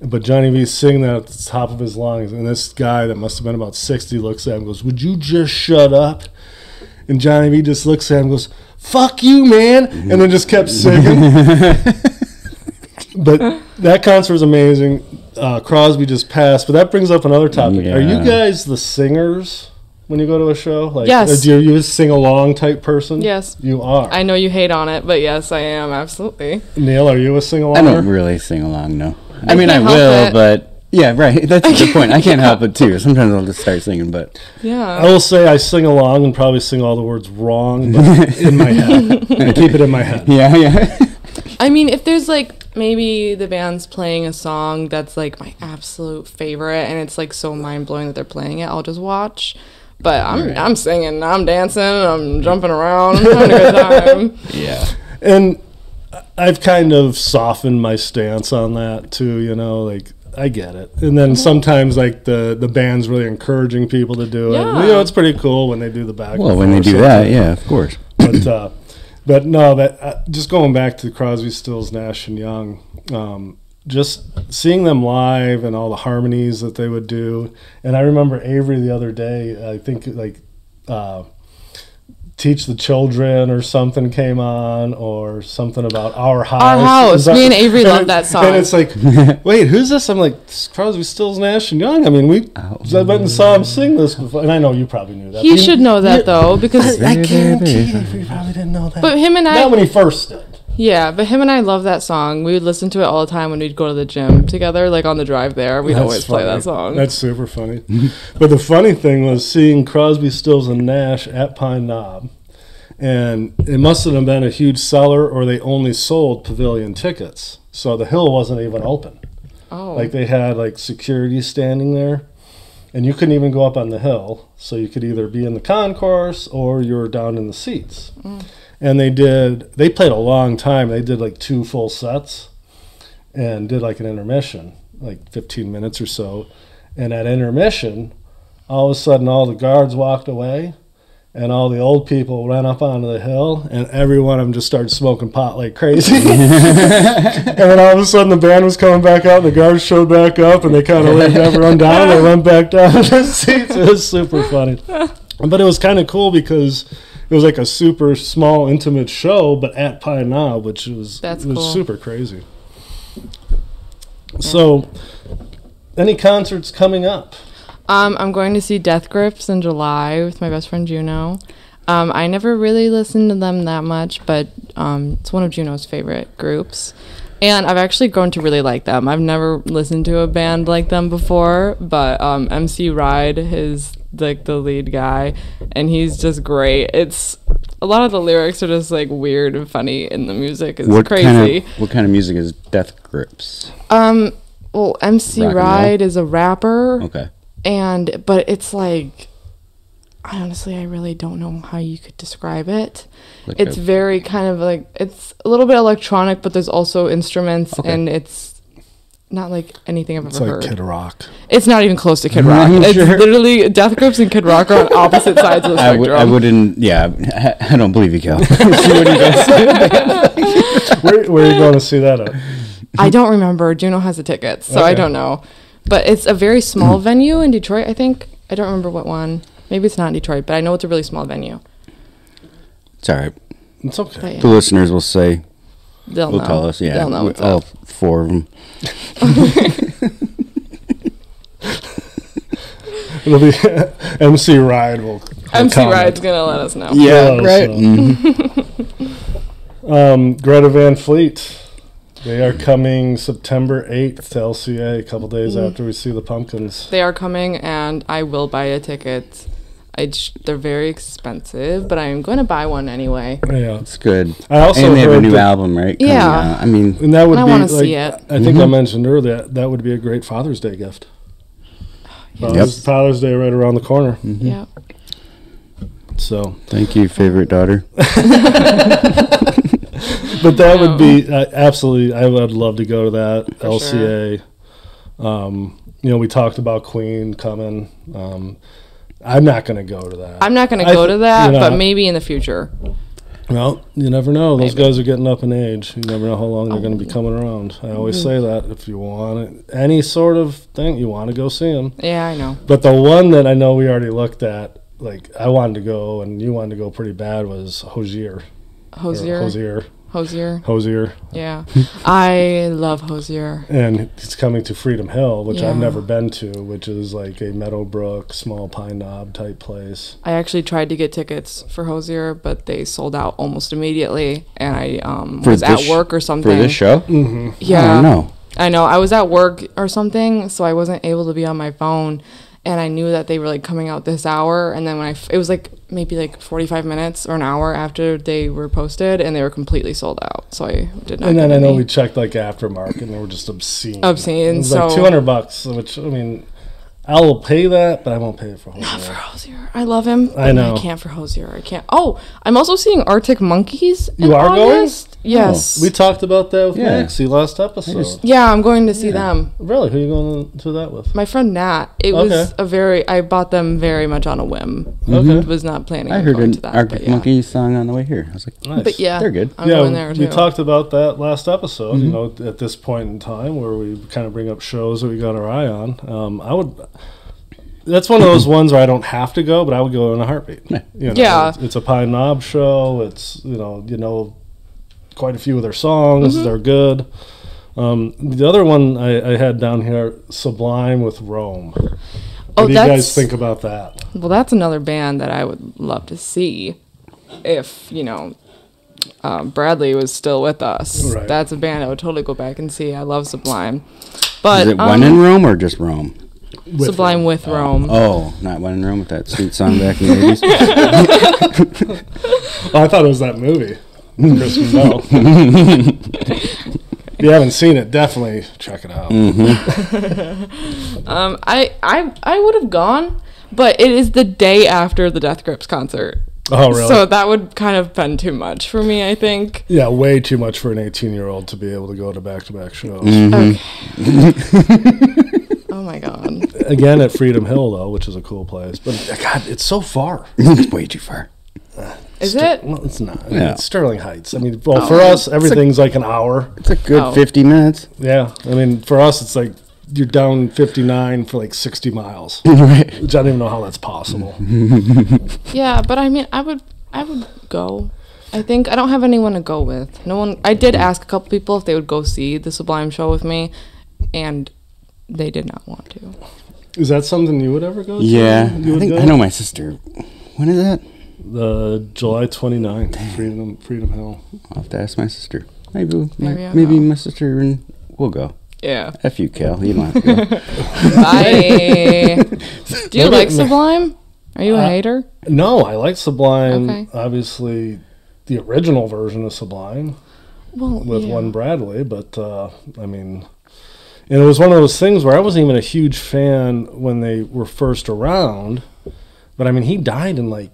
[SPEAKER 2] But Johnny V singing that at the top of his lungs, and this guy that must have been about sixty looks at him and goes, "Would you just shut up?" And Johnny V just looks at him and goes, "Fuck you, man," and then just kept singing. but that concert was amazing. Uh, Crosby just passed, but that brings up another topic. Are you
[SPEAKER 3] Yeah.
[SPEAKER 2] guys the singers when you go to a show? Like,
[SPEAKER 1] Yes.
[SPEAKER 2] Do you, you a sing along type person?
[SPEAKER 1] Yes.
[SPEAKER 2] you are.
[SPEAKER 1] I know you hate on it, but yes, I am, absolutely.
[SPEAKER 2] Neil, are you a sing
[SPEAKER 3] I don't
[SPEAKER 2] along?
[SPEAKER 3] really sing along, no. I, mean, I
[SPEAKER 1] can't help
[SPEAKER 3] will,
[SPEAKER 1] it.
[SPEAKER 3] but yeah, right. That's a good point. I can't help it too. Sometimes I'll just start singing, but
[SPEAKER 1] Yeah.
[SPEAKER 2] I will say I sing along and probably sing all the words wrong, but in my head. I keep it in my head.
[SPEAKER 3] yeah, yeah.
[SPEAKER 1] I mean, if there's like maybe the band's playing a song that's like my absolute favorite, and it's like so mind blowing that they're playing it, I'll just watch. But I'm I'm singing, I'm dancing, I'm jumping around, I'm having a good time.
[SPEAKER 3] yeah.
[SPEAKER 2] And I've kind of softened my stance on that too, you know, like I get it. And then sometimes like the the band's really encouraging people to do it. You know,
[SPEAKER 1] Yeah.
[SPEAKER 2] it's pretty cool when they do the back.
[SPEAKER 3] Well,
[SPEAKER 2] and
[SPEAKER 3] when they
[SPEAKER 2] forth
[SPEAKER 3] do that,
[SPEAKER 2] sometimes.
[SPEAKER 3] yeah, of course.
[SPEAKER 2] but uh, but no, that uh, just going back to Crosby, Stills, Nash and Young, um, just seeing them live and all the harmonies that they would do. And I remember Avery the other day, I think like uh, Teach the Children or something came on or something about Our House.
[SPEAKER 1] House.
[SPEAKER 2] Is that-
[SPEAKER 1] Me and Avery love
[SPEAKER 2] it-
[SPEAKER 1] that song.
[SPEAKER 2] And it's like, wait, who's this? I'm like, "It's Crosby, Stills, Nash, and Young. I mean, we I went and saw him sing this before. And I know you probably knew that.
[SPEAKER 1] He
[SPEAKER 2] but
[SPEAKER 1] should know that
[SPEAKER 2] you-
[SPEAKER 1] though, because
[SPEAKER 2] I guarantee you, Avery probably didn't know that.
[SPEAKER 1] but him and I
[SPEAKER 2] Not when he first did.
[SPEAKER 1] Yeah, but him and I love that song. We would listen to it all the time when we'd go to the gym together, like on the drive there. We'd
[SPEAKER 2] That's
[SPEAKER 1] always play
[SPEAKER 2] funny.
[SPEAKER 1] that song.
[SPEAKER 2] That's super funny. but the funny thing was seeing Crosby, Stills, and Nash at Pine Knob, and it must have been a huge seller, or they only sold pavilion tickets, so the hill wasn't even open.
[SPEAKER 1] oh,
[SPEAKER 2] Like they had like security standing there, and you couldn't even go up on the hill, so you could either be in the concourse or you were down in the seats. And they did. They played a long time. They did like two full sets, and did like an intermission, like 15 minutes or so. And at intermission, all of a sudden, all the guards walked away. And all the old people ran up onto the hill, and every one of them just started smoking pot like crazy. And then all of a sudden the band was coming back out, and the guards showed back up, and they kind of laid everyone down. They went back down to the seats. It was super funny, but it was kind of cool because it was like a super small, intimate show, but at Pine Knob, which was
[SPEAKER 1] That's
[SPEAKER 2] was
[SPEAKER 1] cool.
[SPEAKER 2] super crazy. So, any concerts coming up?
[SPEAKER 1] um, I'm going to see Death Grips in July with my best friend Juno. Um, I never really listened to them that much, but um, it's one of Juno's favorite groups. And I've actually grown to really like them. I've never listened to a band like them before, but um, MC Ride is like the lead guy, and he's just great. It's a lot of the lyrics are just like weird and funny, and the music is
[SPEAKER 3] What
[SPEAKER 1] crazy.
[SPEAKER 3] kind of what kind of music is Death Grips?
[SPEAKER 1] Um. Well, MC
[SPEAKER 3] Rock and roll?
[SPEAKER 1] Ride is a rapper,
[SPEAKER 3] Okay,
[SPEAKER 1] and but it's like, I honestly, I really don't know how you could describe it.
[SPEAKER 3] Like
[SPEAKER 1] it's
[SPEAKER 3] a-
[SPEAKER 1] very kind of like it's a little bit electronic, but there's also instruments,
[SPEAKER 3] Okay.
[SPEAKER 1] and it's not like anything I've ever
[SPEAKER 2] It's like
[SPEAKER 1] heard.
[SPEAKER 2] Kid Rock.
[SPEAKER 1] It's not even close to Kid Rock. it's literally Death Grips and Kid Rock are on opposite sides of the
[SPEAKER 3] I, w-
[SPEAKER 1] spectrum.
[SPEAKER 3] I wouldn't. Yeah, I, I don't believe you, Cal.
[SPEAKER 2] Where, where are you going to see that at?
[SPEAKER 1] I don't remember. Juno has the tickets, so I
[SPEAKER 2] Okay. Hmm.
[SPEAKER 1] don't know. But it's a very small venue in Detroit, I think. I don't remember what one. Maybe it's not in Detroit, but I know it's a really small venue.
[SPEAKER 3] it's all right.
[SPEAKER 2] It's okay.
[SPEAKER 1] But yeah,
[SPEAKER 3] The listeners will say
[SPEAKER 1] they'll
[SPEAKER 3] will
[SPEAKER 1] know.
[SPEAKER 3] tell us. Yeah,
[SPEAKER 1] they'll know
[SPEAKER 3] we-
[SPEAKER 1] what's
[SPEAKER 3] all
[SPEAKER 1] up.
[SPEAKER 3] four of them.
[SPEAKER 2] It'll be MC Ride will. will
[SPEAKER 1] MC
[SPEAKER 2] comment.
[SPEAKER 1] Ride's gonna let us know.
[SPEAKER 2] Yeah, right.
[SPEAKER 3] Mm-hmm.
[SPEAKER 2] Um, Greta Van Fleet. They are coming September 8th to LCA, a couple days
[SPEAKER 1] Mm.
[SPEAKER 2] after we see the Pumpkins.
[SPEAKER 1] They are coming, and I will buy a ticket. I j- they're very expensive, but I'm going to buy one anyway.
[SPEAKER 2] Yeah.
[SPEAKER 3] It's good.
[SPEAKER 2] I also
[SPEAKER 3] and they have a
[SPEAKER 2] heard
[SPEAKER 3] new
[SPEAKER 2] that-
[SPEAKER 3] album, right? coming
[SPEAKER 1] Yeah.
[SPEAKER 3] out. I mean,
[SPEAKER 2] And that would
[SPEAKER 1] I
[SPEAKER 2] be
[SPEAKER 1] wanna
[SPEAKER 2] like,
[SPEAKER 1] see it.
[SPEAKER 2] I think
[SPEAKER 3] Mm-hmm.
[SPEAKER 2] I mentioned earlier that that would be a great Father's Day gift.
[SPEAKER 1] Oh,
[SPEAKER 2] Father's, Father's Day right around the corner.
[SPEAKER 3] Mm.
[SPEAKER 1] Yeah.
[SPEAKER 2] So,
[SPEAKER 3] thank you, favorite daughter.
[SPEAKER 2] but that would be uh, absolutely. I would love to go to that
[SPEAKER 1] For
[SPEAKER 2] LCA. Um, you know, we talked about Queen coming. Um, I'm not going to go to that.
[SPEAKER 1] I'm not going to
[SPEAKER 2] I
[SPEAKER 1] go
[SPEAKER 2] th-
[SPEAKER 1] to that,
[SPEAKER 2] you're
[SPEAKER 1] but
[SPEAKER 2] not.
[SPEAKER 1] maybe in the future.
[SPEAKER 2] Well, you never know. Those
[SPEAKER 1] Maybe. Oh.
[SPEAKER 2] guys are getting up in age. You never know how long they're going to be coming around. I always
[SPEAKER 1] Mm-hmm.
[SPEAKER 2] say that if you want it, any sort of thing, you want to go see them.
[SPEAKER 1] Yeah, I know.
[SPEAKER 2] But the one that I know we already looked at, like I wanted to go and you wanted to go pretty bad, was Hosier. Or
[SPEAKER 1] Hosier. Hosier.
[SPEAKER 2] Hosier. Hosier.
[SPEAKER 1] Yeah. I love Hosier.
[SPEAKER 2] And he's coming to Freedom Hill, which I've
[SPEAKER 1] Yeah.
[SPEAKER 2] never been to, which is like a Meadowbrook, small pine knob type place.
[SPEAKER 1] I actually tried to get tickets for Hosier, but they sold out almost immediately, and I um,
[SPEAKER 3] For
[SPEAKER 1] was at
[SPEAKER 3] this-
[SPEAKER 1] work or
[SPEAKER 3] For
[SPEAKER 1] something.
[SPEAKER 3] this show?
[SPEAKER 1] Yeah,
[SPEAKER 3] Oh, no.
[SPEAKER 1] I know. I was at work or something, so I wasn't able to be on my phone, and I knew that they were like coming out this hour. And then when I, f- it was like maybe like forty-five minutes or an hour after they were posted, and they were completely sold out. So I did not.
[SPEAKER 2] And then
[SPEAKER 1] get
[SPEAKER 2] I know
[SPEAKER 1] any.
[SPEAKER 2] we checked like aftermarket, and they were just obscene.
[SPEAKER 1] Obscene,
[SPEAKER 2] It was like
[SPEAKER 1] so-
[SPEAKER 2] two hundred bucks, which I mean, I will pay that, but I won't pay it for whole.
[SPEAKER 1] for
[SPEAKER 2] year.
[SPEAKER 1] Hosier. I love him.
[SPEAKER 2] I
[SPEAKER 1] but
[SPEAKER 2] know.
[SPEAKER 1] I can't for Hosier. I can't. Oh, I'm also seeing Arctic Monkeys.
[SPEAKER 2] You are going? Oh,
[SPEAKER 1] going? Yes.
[SPEAKER 2] We talked about that with
[SPEAKER 3] Yeah.
[SPEAKER 2] Maxie last episode.
[SPEAKER 3] just-
[SPEAKER 1] yeah, I'm going to see them.
[SPEAKER 2] Really? Who are you going to that with?
[SPEAKER 1] My friend Nat. It
[SPEAKER 2] Okay. Mm-hmm.
[SPEAKER 1] was a very. I bought them very much on a whim.
[SPEAKER 2] Okay.
[SPEAKER 1] Was not planning.
[SPEAKER 3] I
[SPEAKER 1] on
[SPEAKER 3] heard
[SPEAKER 1] going
[SPEAKER 3] an
[SPEAKER 1] to that,
[SPEAKER 3] Arctic
[SPEAKER 1] but yeah.
[SPEAKER 3] Monkeys song on the way here. I was like,
[SPEAKER 2] Nice.
[SPEAKER 1] But yeah,
[SPEAKER 3] They're good.
[SPEAKER 1] I'm
[SPEAKER 2] yeah,
[SPEAKER 1] going there too.
[SPEAKER 2] we talked about that last episode. You know, at this point in time, where we kind of bring up shows that we got our eye on. Um, I would. That's one of those ones where I don't have to go, but I would go in a heartbeat. You know,
[SPEAKER 1] Yeah.
[SPEAKER 2] it's, it's a Pine Knob show. It's you know, you know, quite a few of their songs.
[SPEAKER 1] Mm-hmm.
[SPEAKER 2] They're good. Um, the other one I, I had down here, Sublime with Rome. What
[SPEAKER 1] Oh,
[SPEAKER 2] do you guys
[SPEAKER 1] that's-
[SPEAKER 2] think about that?
[SPEAKER 1] Well, that's another band that I would love to see if, you know, um, Bradley was still with us.
[SPEAKER 2] Right.
[SPEAKER 1] That's a band I would totally go back and see. I love Sublime. But
[SPEAKER 3] is it
[SPEAKER 1] um, Mm-hmm.
[SPEAKER 3] one in Rome or just Rome?
[SPEAKER 1] Sublime with Rome.
[SPEAKER 3] Oh, not one in Rome with that sweet song back in the 80s.
[SPEAKER 2] Oh, I thought it was that movie. Kristen Bell. if you haven't seen it, definitely check it out.
[SPEAKER 3] Mm.
[SPEAKER 1] Um, I, I, I would have gone, but it is the day after the Death Grips concert.
[SPEAKER 2] Oh, really?
[SPEAKER 1] So that would kind of been too much for me, I think.
[SPEAKER 2] yeah, way too much for an 18 year old to be able to go to back to back shows.
[SPEAKER 3] Mm. Mm-hmm.
[SPEAKER 1] Oh my god.
[SPEAKER 2] Again, at Freedom Hill, though, which is a cool place. But God, it's so far.
[SPEAKER 3] it's way too far.
[SPEAKER 1] Is it?
[SPEAKER 2] Well, it's not. I mean,
[SPEAKER 3] Yeah.
[SPEAKER 2] It's Sterling Heights. I mean, well, for us, everything's like an hour.
[SPEAKER 3] It's a good
[SPEAKER 1] Oh.
[SPEAKER 3] 50 minutes.
[SPEAKER 2] Yeah. I mean, for us, it's like you're down 59 for like 60 miles,
[SPEAKER 3] right.
[SPEAKER 2] which I don't even know how that's possible.
[SPEAKER 3] Mm-hmm.
[SPEAKER 1] Yeah, but I mean, I would, I would go. I think I don't have anyone to go with. No one. I did ask a couple people if they would go see the Sublime show with me, and they did not want to.
[SPEAKER 2] Is that something you would ever go to?
[SPEAKER 3] Yeah.
[SPEAKER 2] You
[SPEAKER 3] I
[SPEAKER 2] would
[SPEAKER 3] think
[SPEAKER 2] go?
[SPEAKER 3] I know my sister. When is that?
[SPEAKER 2] The July 29th, Freedom Freedom Hill.
[SPEAKER 3] I'll have to ask my sister. Maybe we'll- my,
[SPEAKER 1] Maybe
[SPEAKER 3] maybe,
[SPEAKER 1] I'll
[SPEAKER 3] maybe
[SPEAKER 1] go.
[SPEAKER 3] my sister and we'll go.
[SPEAKER 1] Yeah.
[SPEAKER 3] F you, Cal. You don't have to go.
[SPEAKER 1] Bye. Do you
[SPEAKER 2] Maybe-
[SPEAKER 1] like Sublime? Are you a hater?
[SPEAKER 2] No, I like Sublime.
[SPEAKER 1] Okay.
[SPEAKER 2] Obviously, the original version of Sublime
[SPEAKER 1] Well,
[SPEAKER 2] with
[SPEAKER 1] yeah.
[SPEAKER 2] one Bradley, but uh, I mean, and it was one of those things where I wasn't even a huge fan when they were first around. But I mean, he died in like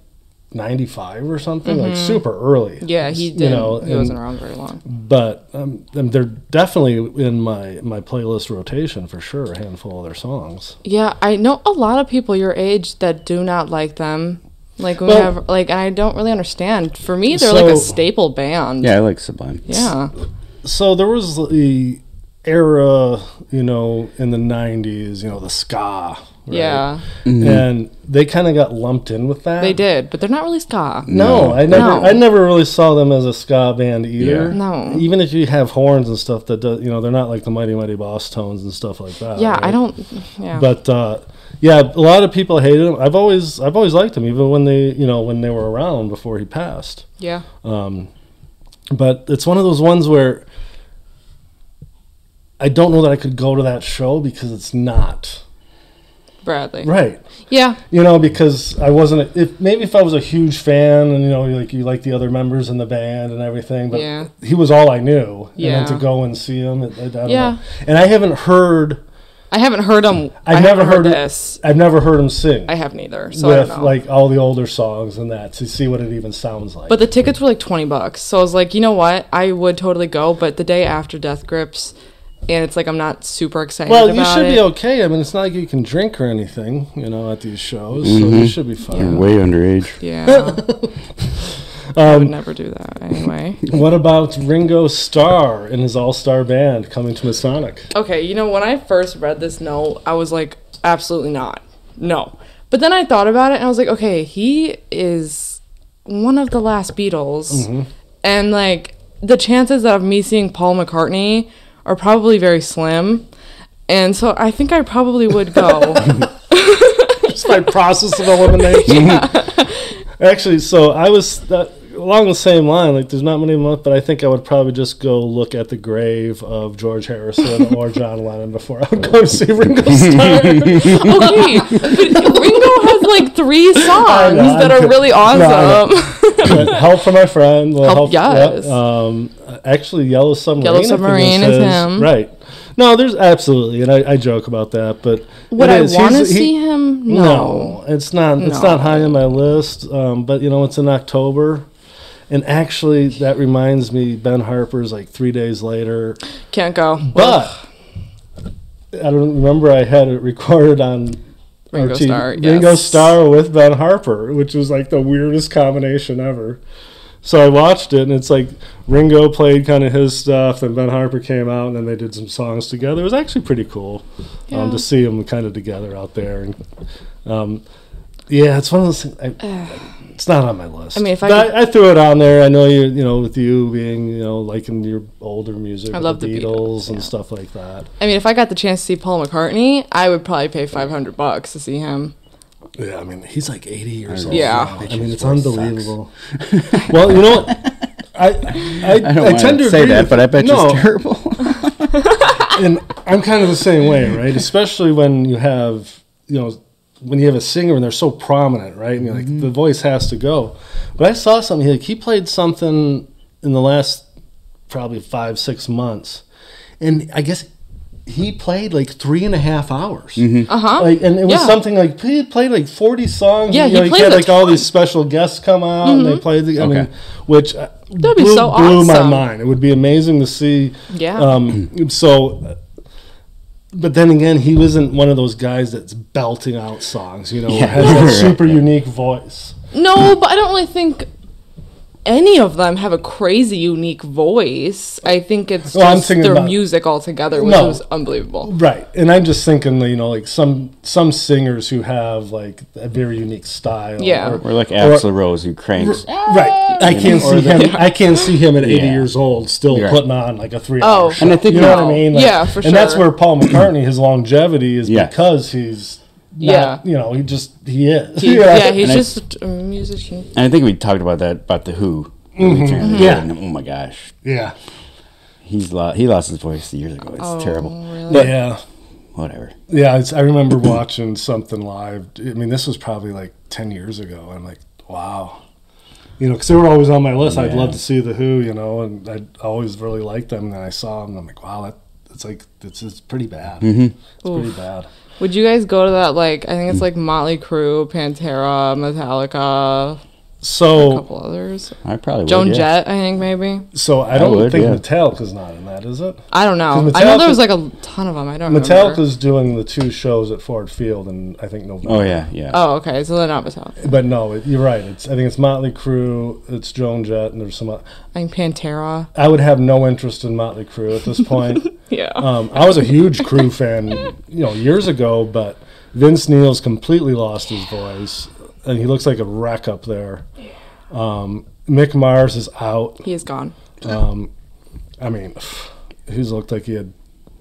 [SPEAKER 2] '95 or something, like super early.
[SPEAKER 1] Mm-hmm. Yeah, he
[SPEAKER 2] You
[SPEAKER 1] did.
[SPEAKER 2] know,
[SPEAKER 1] he
[SPEAKER 2] and-
[SPEAKER 1] wasn't around very long.
[SPEAKER 2] But um, um, they're definitely in my my playlist rotation for sure. A handful of their songs.
[SPEAKER 1] Yeah, I know a lot of people your age that do not like them. Like we
[SPEAKER 2] Well-
[SPEAKER 1] have, like I don't really understand. For me, they're like
[SPEAKER 2] So-
[SPEAKER 1] a staple band.
[SPEAKER 3] yeah, I like Sublime.
[SPEAKER 1] Yeah.
[SPEAKER 2] so there was the era, you know, in the '90s, you know, the ska, right?
[SPEAKER 1] Yeah.
[SPEAKER 2] and they kind of got lumped in with that.
[SPEAKER 1] They did, but they're not really ska.
[SPEAKER 2] No, I never,
[SPEAKER 1] No.
[SPEAKER 2] I never really saw them as a ska band either.
[SPEAKER 3] Yeah.
[SPEAKER 1] No.
[SPEAKER 2] even if you have horns and stuff, that does, you know, they're not like the Mighty Mighty Boss tones and stuff like that.
[SPEAKER 1] Yeah, I
[SPEAKER 2] right?
[SPEAKER 1] don't. Yeah.
[SPEAKER 2] But uh, yeah, a lot of people hated him. I've always, I've always liked him, even when they, you know, when they were around before he passed.
[SPEAKER 1] yeah.
[SPEAKER 2] Um, but it's one of those ones where I don't know that I could go to that show because it's not
[SPEAKER 1] Bradley.
[SPEAKER 2] right.
[SPEAKER 1] Yeah.
[SPEAKER 2] You know, because I wasn't. If maybe if I was a huge fan, and you know, like you like the other members in the band and everything, but
[SPEAKER 1] Yeah.
[SPEAKER 2] he was all I knew. And then
[SPEAKER 1] Yeah.
[SPEAKER 2] to go and see him, it, I don't
[SPEAKER 1] Yeah.
[SPEAKER 2] know. And I haven't heard.
[SPEAKER 1] I haven't heard them.
[SPEAKER 2] I've never heard, it-
[SPEAKER 1] this.
[SPEAKER 2] I've never heard him sing
[SPEAKER 1] I have neither. So I
[SPEAKER 2] with
[SPEAKER 1] don't know.
[SPEAKER 2] like all the older songs and that to see what it even sounds like.
[SPEAKER 1] but the tickets were like 20 bucks. So I was like, you know what? I would totally go, but the day after Death Grips, and it's like I'm not super excited
[SPEAKER 2] Well, you
[SPEAKER 1] about
[SPEAKER 2] should
[SPEAKER 1] it.
[SPEAKER 2] be okay. I mean, it's not like you can drink or anything, you know, at these shows, so you should be
[SPEAKER 3] You're
[SPEAKER 2] fine.
[SPEAKER 3] way underage.
[SPEAKER 1] yeah. I would
[SPEAKER 2] Um,
[SPEAKER 1] never do that anyway.
[SPEAKER 2] what about Ringo Starr and his all-star band coming to Masonic?
[SPEAKER 1] okay, you know, when I first read this note, I was like, absolutely not. No. But then I thought about it and I was like, okay, he is one of the last Beatles.
[SPEAKER 2] Mm-hmm.
[SPEAKER 1] And like the chances of me seeing Paul McCartney are probably very slim. And so I think I probably would go.
[SPEAKER 2] Just by process of elimination. Actually, so I was that, along the same line. Like, there's not many months, but I think I would probably just go look at the grave of George Harrison or John Lennon before I would go see Ringo Starr.
[SPEAKER 1] okay. But Ringo has like three songs
[SPEAKER 2] know,
[SPEAKER 1] that
[SPEAKER 2] I'm
[SPEAKER 1] are
[SPEAKER 2] kid-
[SPEAKER 1] really
[SPEAKER 2] No, I know.
[SPEAKER 1] awesome.
[SPEAKER 2] But help from my friend. Well,
[SPEAKER 1] Help,
[SPEAKER 2] yep.
[SPEAKER 1] yes.
[SPEAKER 2] um, actually, Yellow Submarine.
[SPEAKER 1] Yellow
[SPEAKER 2] I think
[SPEAKER 1] Submarine
[SPEAKER 2] this
[SPEAKER 1] is him.
[SPEAKER 2] Right. No, there's absolutely, and I, I joke about that, but
[SPEAKER 1] Would
[SPEAKER 2] it
[SPEAKER 1] I
[SPEAKER 2] is-
[SPEAKER 1] want to
[SPEAKER 2] he's- he-
[SPEAKER 1] see him?
[SPEAKER 2] No, it's not. It's
[SPEAKER 1] No.
[SPEAKER 2] not high on my list. Um, but you know, it's in October, And actually, that reminds me, Ben Harper's like three days later.
[SPEAKER 1] Can't go.
[SPEAKER 2] But I don't remember I had it recorded on
[SPEAKER 1] Ringo
[SPEAKER 2] RT
[SPEAKER 1] Starr. Yes.
[SPEAKER 2] Ringo Starr with Ben Harper, which was like the weirdest combination ever. So I watched it, and it's like Ringo played kind of his stuff, and Ben Harper came out, and then they did some songs together. It was actually pretty cool
[SPEAKER 1] Yeah.
[SPEAKER 2] um, to see them kind of together out there. And um, yeah, it's one of those. Things, I, it's not on my list.
[SPEAKER 1] I mean, if I
[SPEAKER 2] But
[SPEAKER 1] could-
[SPEAKER 2] I, I threw it on there. I know you, you know, with you being, you know, liking your older music,
[SPEAKER 1] I
[SPEAKER 2] with
[SPEAKER 1] love the
[SPEAKER 2] Beatles,
[SPEAKER 1] Beatles,
[SPEAKER 2] and
[SPEAKER 1] yeah.
[SPEAKER 2] stuff like that.
[SPEAKER 1] I mean, if I got the chance to see Paul McCartney, I would probably pay 500 bucks to see him.
[SPEAKER 2] Yeah, I mean, he's like 80 years old.
[SPEAKER 1] Yeah.
[SPEAKER 2] now.
[SPEAKER 1] Bitch,
[SPEAKER 2] I mean,
[SPEAKER 3] his
[SPEAKER 2] it's
[SPEAKER 3] voice
[SPEAKER 2] unbelievable. well, you know, I I,
[SPEAKER 3] I don't
[SPEAKER 2] tend
[SPEAKER 3] want
[SPEAKER 2] to
[SPEAKER 3] to say
[SPEAKER 2] agree
[SPEAKER 3] that,
[SPEAKER 2] with-
[SPEAKER 3] but I bet
[SPEAKER 2] no,
[SPEAKER 3] you it's terrible.
[SPEAKER 2] and I'm kind of the same way, right? Especially when you have, you know, when you have a singer and they're so prominent, right? And you're like, the voice has to go. But I saw something, like, he played something in the last probably five, six months. And I guess he played like three and a half hours.
[SPEAKER 1] Uh huh.
[SPEAKER 2] Like, and it was
[SPEAKER 1] Yeah.
[SPEAKER 2] something like he played like forty songs.
[SPEAKER 1] Yeah,
[SPEAKER 2] and,
[SPEAKER 1] he
[SPEAKER 2] you know, he,
[SPEAKER 1] plays
[SPEAKER 2] had
[SPEAKER 1] a Mm-hmm.
[SPEAKER 2] like all these special guests come out and they played. The, I mean,
[SPEAKER 3] Okay.
[SPEAKER 2] which uh,
[SPEAKER 1] That'd be
[SPEAKER 2] blew,
[SPEAKER 1] so
[SPEAKER 2] blew my
[SPEAKER 1] awesome.
[SPEAKER 2] mind. It would be amazing to see.
[SPEAKER 1] Yeah.
[SPEAKER 2] Um, so, uh, but then again, he wasn't one of those guys that's belting out songs. You know,
[SPEAKER 3] Yeah.
[SPEAKER 2] has that super unique voice.
[SPEAKER 1] No, but I don't really think any of them have a crazy unique voice. I think it's
[SPEAKER 2] Well, I'm
[SPEAKER 1] just
[SPEAKER 2] thinking
[SPEAKER 1] their
[SPEAKER 2] about-
[SPEAKER 1] music altogether, which
[SPEAKER 2] No.
[SPEAKER 1] was unbelievable.
[SPEAKER 2] Right, and I'm just thinking, you know, like some some singers who have like a very unique style.
[SPEAKER 1] Yeah.
[SPEAKER 2] or-
[SPEAKER 3] We're like
[SPEAKER 2] or-
[SPEAKER 3] Axl Rose who cranks.
[SPEAKER 2] Right. I can't
[SPEAKER 3] Or
[SPEAKER 2] see
[SPEAKER 3] the-
[SPEAKER 2] him. I can't see him at 80
[SPEAKER 3] Yeah.
[SPEAKER 2] years old still
[SPEAKER 3] You're right.
[SPEAKER 2] putting on like a three.
[SPEAKER 1] Oh.
[SPEAKER 2] hour show.
[SPEAKER 3] And I think
[SPEAKER 2] you know
[SPEAKER 3] we-
[SPEAKER 2] what I mean. Like,
[SPEAKER 1] Yeah, for
[SPEAKER 2] And that's
[SPEAKER 1] sure.
[SPEAKER 2] where Paul McCartney, his longevity is
[SPEAKER 3] Yes.
[SPEAKER 2] because he's. Not,
[SPEAKER 1] Yeah.
[SPEAKER 2] You know, he just he is.
[SPEAKER 1] He- yeah. he's
[SPEAKER 3] And I-
[SPEAKER 1] just a musician.
[SPEAKER 3] And I think we talked about that about the Who.
[SPEAKER 2] Yeah.
[SPEAKER 3] Yeah. oh my gosh,
[SPEAKER 2] yeah.
[SPEAKER 3] he's lo- he lost his voice years ago. It's terrible.
[SPEAKER 1] Oh, Really?
[SPEAKER 2] Yeah. Yeah.
[SPEAKER 1] Oh.
[SPEAKER 3] Whatever.
[SPEAKER 2] Yeah, it's, I remember watching something live. I mean, this was probably like 10 years ago. I'm like, wow. You know, because they were always on my list. I'd
[SPEAKER 3] Yeah.
[SPEAKER 2] love to see The Who, you know, and I always really liked them. And then I saw them, and I'm like, wow, that, that's like, it's, it's pretty bad.
[SPEAKER 3] Mm-hmm.
[SPEAKER 2] It's pretty bad.
[SPEAKER 1] Would you guys go to that? Like, I think it's like Motley Crue, Pantera, Metallica, a
[SPEAKER 2] So,
[SPEAKER 1] couple others.
[SPEAKER 3] I probably
[SPEAKER 1] Joan
[SPEAKER 3] would, yeah.
[SPEAKER 1] Jett, I think maybe.
[SPEAKER 2] so I don't
[SPEAKER 3] would,
[SPEAKER 2] think
[SPEAKER 3] yeah.
[SPEAKER 2] Metallica's not in that, is it?
[SPEAKER 1] I don't know.
[SPEAKER 2] 'Cause
[SPEAKER 1] I know
[SPEAKER 2] Metallica-
[SPEAKER 1] there was like a ton of them. I don't remember.
[SPEAKER 2] Metallica's doing the two shows at Ford Field, and I think November.
[SPEAKER 3] Oh yeah, yeah.
[SPEAKER 1] Oh, okay. So they're not Metallica.
[SPEAKER 2] But no, it, you're right. It's I think it's Motley Crue, it's Joan Jett, and there's some. o-
[SPEAKER 1] I think Pantera.
[SPEAKER 2] I would have no interest in Motley Crue at this point.
[SPEAKER 1] Yeah.
[SPEAKER 2] um, I was a huge Crew fan, you know, years ago, but Vince Neil's completely lost his voice, and he looks like a wreck up there. Um, Mick Mars is out.
[SPEAKER 1] he is gone.
[SPEAKER 2] Um, I mean, he's looked like he had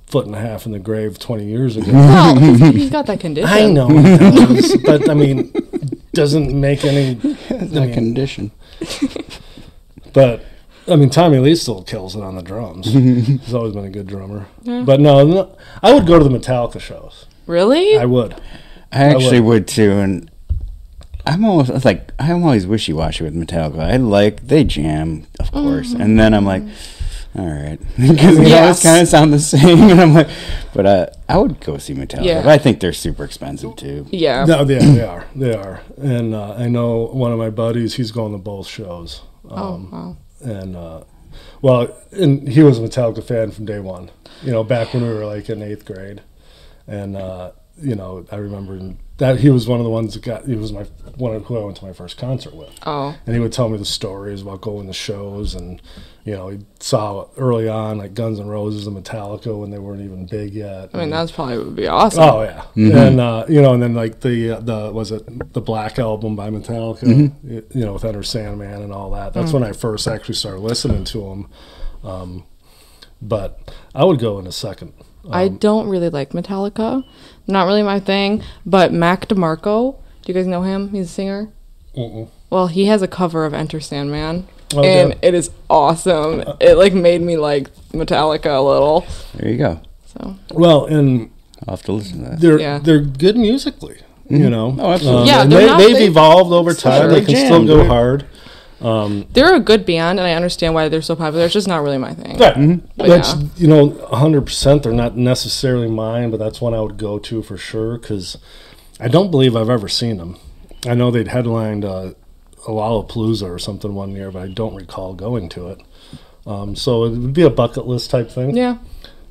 [SPEAKER 2] foot and a half in the grave 20 years ago.
[SPEAKER 1] Well, he's, he's got that condition.
[SPEAKER 2] I know he does, but I mean, doesn't make any. I
[SPEAKER 3] that
[SPEAKER 2] mean,
[SPEAKER 3] condition.
[SPEAKER 2] But I mean, Tommy Lee still kills it on the drums. He's always been a good drummer. But no, no, I would go to the Metallica shows.
[SPEAKER 1] Really?
[SPEAKER 2] I would.
[SPEAKER 3] I actually would too, and I'm almost it's like I'm always wishy washy with Metallica. I like they jam, of course, and then I'm like, all right, because they
[SPEAKER 1] Mm-hmm. Yes.
[SPEAKER 3] always kind of sound the same, and I'm like, but I I would go see Metallica.
[SPEAKER 1] Yeah.
[SPEAKER 3] But I think they're super expensive too.
[SPEAKER 1] yeah.
[SPEAKER 2] No, they, they are. They are. And uh, I know one of my buddies, he's going to both shows.
[SPEAKER 1] oh,
[SPEAKER 2] Um,
[SPEAKER 1] wow.
[SPEAKER 2] And, uh, well, and he was a Metallica fan from day one, you know, back when we were like in eighth grade. And, uh, you know, I remember that he was one of the ones that got, he was my, one of who I went to my first concert with.
[SPEAKER 1] Oh.
[SPEAKER 2] and he would tell me the stories about going to shows and you know he saw early on like guns N' roses and metallica when they weren't even big yet
[SPEAKER 1] I mean, that's probably would be awesome.
[SPEAKER 2] oh yeah
[SPEAKER 3] Mm-hmm.
[SPEAKER 2] and uh, you know and then like the uh, the was it the black album by metallica
[SPEAKER 3] Mm-hmm.
[SPEAKER 2] y- you know with enter sandman and all that
[SPEAKER 1] Mm.
[SPEAKER 2] that's when i first actually started listening to him um, but i would go in a second
[SPEAKER 1] I
[SPEAKER 2] um,
[SPEAKER 1] don't really like Metallica. Not really my thing. But Mac DeMarco, do you guys know him? He's a singer.
[SPEAKER 2] Mm-mm.
[SPEAKER 1] Well, he has a cover of Enter Sandman.
[SPEAKER 2] Oh, yeah. Uh-huh.
[SPEAKER 1] and it is awesome. It like made me like Metallica a little.
[SPEAKER 3] There you go.
[SPEAKER 1] So
[SPEAKER 2] well and
[SPEAKER 3] I'll have to listen to that.
[SPEAKER 2] they're
[SPEAKER 1] Yeah.
[SPEAKER 2] they're good musically. You know, Um,
[SPEAKER 3] Oh, absolutely.
[SPEAKER 1] Yeah,
[SPEAKER 2] and
[SPEAKER 1] they're
[SPEAKER 2] they,
[SPEAKER 1] not-
[SPEAKER 2] they've
[SPEAKER 1] they-
[SPEAKER 2] evolved over time.
[SPEAKER 3] Sure.
[SPEAKER 2] They can
[SPEAKER 3] They
[SPEAKER 2] still
[SPEAKER 3] jam,
[SPEAKER 2] go
[SPEAKER 3] dude.
[SPEAKER 2] hard.
[SPEAKER 1] they're a good band, and I understand why they're so popular. It's just not really my thing. But
[SPEAKER 2] Right. Mm-hmm. That's
[SPEAKER 1] yeah.
[SPEAKER 2] you know, hundred percent. They're not necessarily mine, but that's one I would go to for sure because I don't believe I've ever seen them. I know they'd headlined uh, a Lollapalooza or something one year, but I don't recall going to it. Um, so it would be a bucket list type thing.
[SPEAKER 1] Yeah.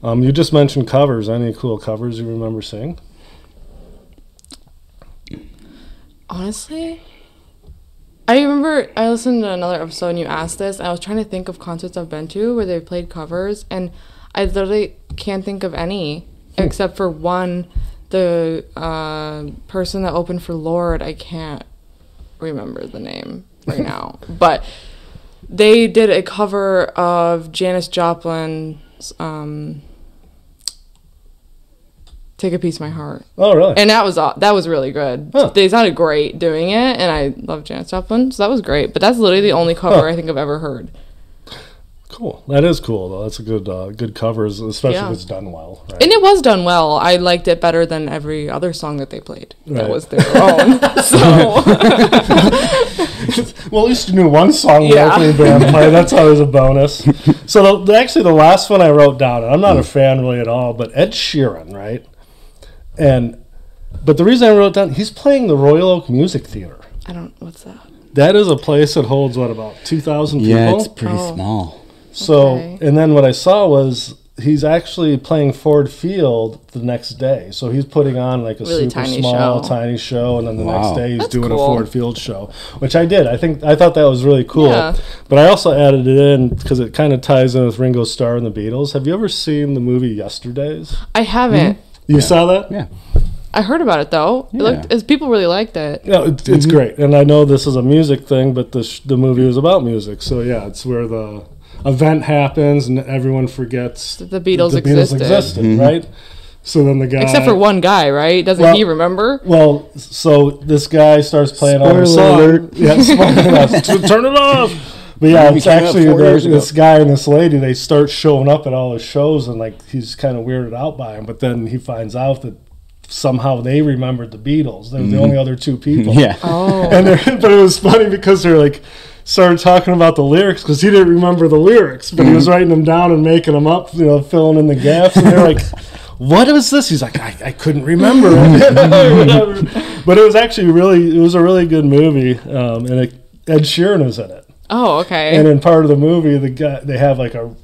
[SPEAKER 2] Um, you just mentioned covers. Any cool covers you remember seeing?
[SPEAKER 1] Honestly, I remember I listened to another episode and you asked this, and I was trying to think of concerts I've been to where they played covers, and I literally can't think of any except for one. The uh, person that opened for Lord, I can't remember the name right now, but they did a cover of Janis Joplin's um, "Take a Piece of My Heart."
[SPEAKER 2] Oh, really?
[SPEAKER 1] and that was aw- that was really good.
[SPEAKER 2] Huh.
[SPEAKER 1] They sounded great doing it, and I love Janis Joplin, so that was great. But that's literally the only cover
[SPEAKER 2] Huh.
[SPEAKER 1] I think I've ever heard.
[SPEAKER 2] cool. That is cool though. That's a good uh, good covers, especially
[SPEAKER 1] Yeah.
[SPEAKER 2] if it's done well. Right?
[SPEAKER 1] And it was done well. I liked it better than every other song that they played.
[SPEAKER 2] Right.
[SPEAKER 1] That was their own. so
[SPEAKER 2] well, at least you knew one song
[SPEAKER 1] Yeah.
[SPEAKER 2] locally band play. That's always a bonus. So the, the- actually, the last one I wrote down, and I'm
[SPEAKER 3] Mm.
[SPEAKER 2] not a fan really at all, but Ed Sheeran, right? And but the reason I wrote it down, he's playing the Royal Oak Music Theater.
[SPEAKER 1] I don't. What's that?
[SPEAKER 2] That is a place that holds what about two thousand people.
[SPEAKER 3] Yeah, it's pretty
[SPEAKER 1] Oh.
[SPEAKER 3] small.
[SPEAKER 2] so
[SPEAKER 1] okay.
[SPEAKER 2] and then what I saw was he's actually playing Ford Field the next day. So he's putting on like a
[SPEAKER 1] Really
[SPEAKER 2] super
[SPEAKER 1] tiny
[SPEAKER 2] small,
[SPEAKER 1] show.
[SPEAKER 2] tiny show, and then the next
[SPEAKER 3] Wow.
[SPEAKER 2] day he's
[SPEAKER 1] That's
[SPEAKER 2] doing a
[SPEAKER 1] cool.
[SPEAKER 2] Ford Field show, which I did. I think I thought that was really cool.
[SPEAKER 1] Yeah.
[SPEAKER 2] But I also added it in because it kind of ties in with Ringo Starr and the Beatles. Have you ever seen the movie Yesterdays?
[SPEAKER 1] I haven't.
[SPEAKER 2] You saw that?
[SPEAKER 3] Yeah.
[SPEAKER 1] I heard about it though. It looked.
[SPEAKER 3] Yeah.
[SPEAKER 1] As people really liked it.
[SPEAKER 2] No, it's, it's
[SPEAKER 3] Mm-hmm.
[SPEAKER 2] great, and I know this is a music thing, but the sh- the movie was about music, so yeah, it's where the event happens and everyone forgets
[SPEAKER 1] The Beatles
[SPEAKER 2] the Beatles
[SPEAKER 1] existed.
[SPEAKER 2] existed,
[SPEAKER 3] Mm-hmm.
[SPEAKER 2] right? So then the guy,
[SPEAKER 1] Except for one guy, right? Doesn't
[SPEAKER 2] Uh, Well-
[SPEAKER 1] he remember?
[SPEAKER 2] well, so this guy starts playing all the
[SPEAKER 3] Spoiler
[SPEAKER 2] songs.
[SPEAKER 3] alert.
[SPEAKER 2] Yeah, spoiler alert. So Turn it off. But yeah,
[SPEAKER 3] Movie
[SPEAKER 2] it's
[SPEAKER 3] came out
[SPEAKER 2] actually
[SPEAKER 3] four
[SPEAKER 2] the-
[SPEAKER 3] years ago.
[SPEAKER 2] this guy and this lady. They start showing up at all his shows, and like he's kind of weirded out by him. But then he finds out that somehow they remembered the Beatles. They're the only other two people.
[SPEAKER 3] Mm-hmm. Yeah.
[SPEAKER 1] Oh.
[SPEAKER 2] And they're, but it was funny because they're like started talking about the lyrics because he didn't remember the lyrics, but he was writing them down and making them up, you know, filling in the gaps. And they're like, "What is this?" He's like, "I, I couldn't remember it." Or whatever. But it was actually really, it was a really good movie, um, and it, Ed Sheeran was in it.
[SPEAKER 1] Oh. Okay.
[SPEAKER 2] And in part of the movie, the guy they have like a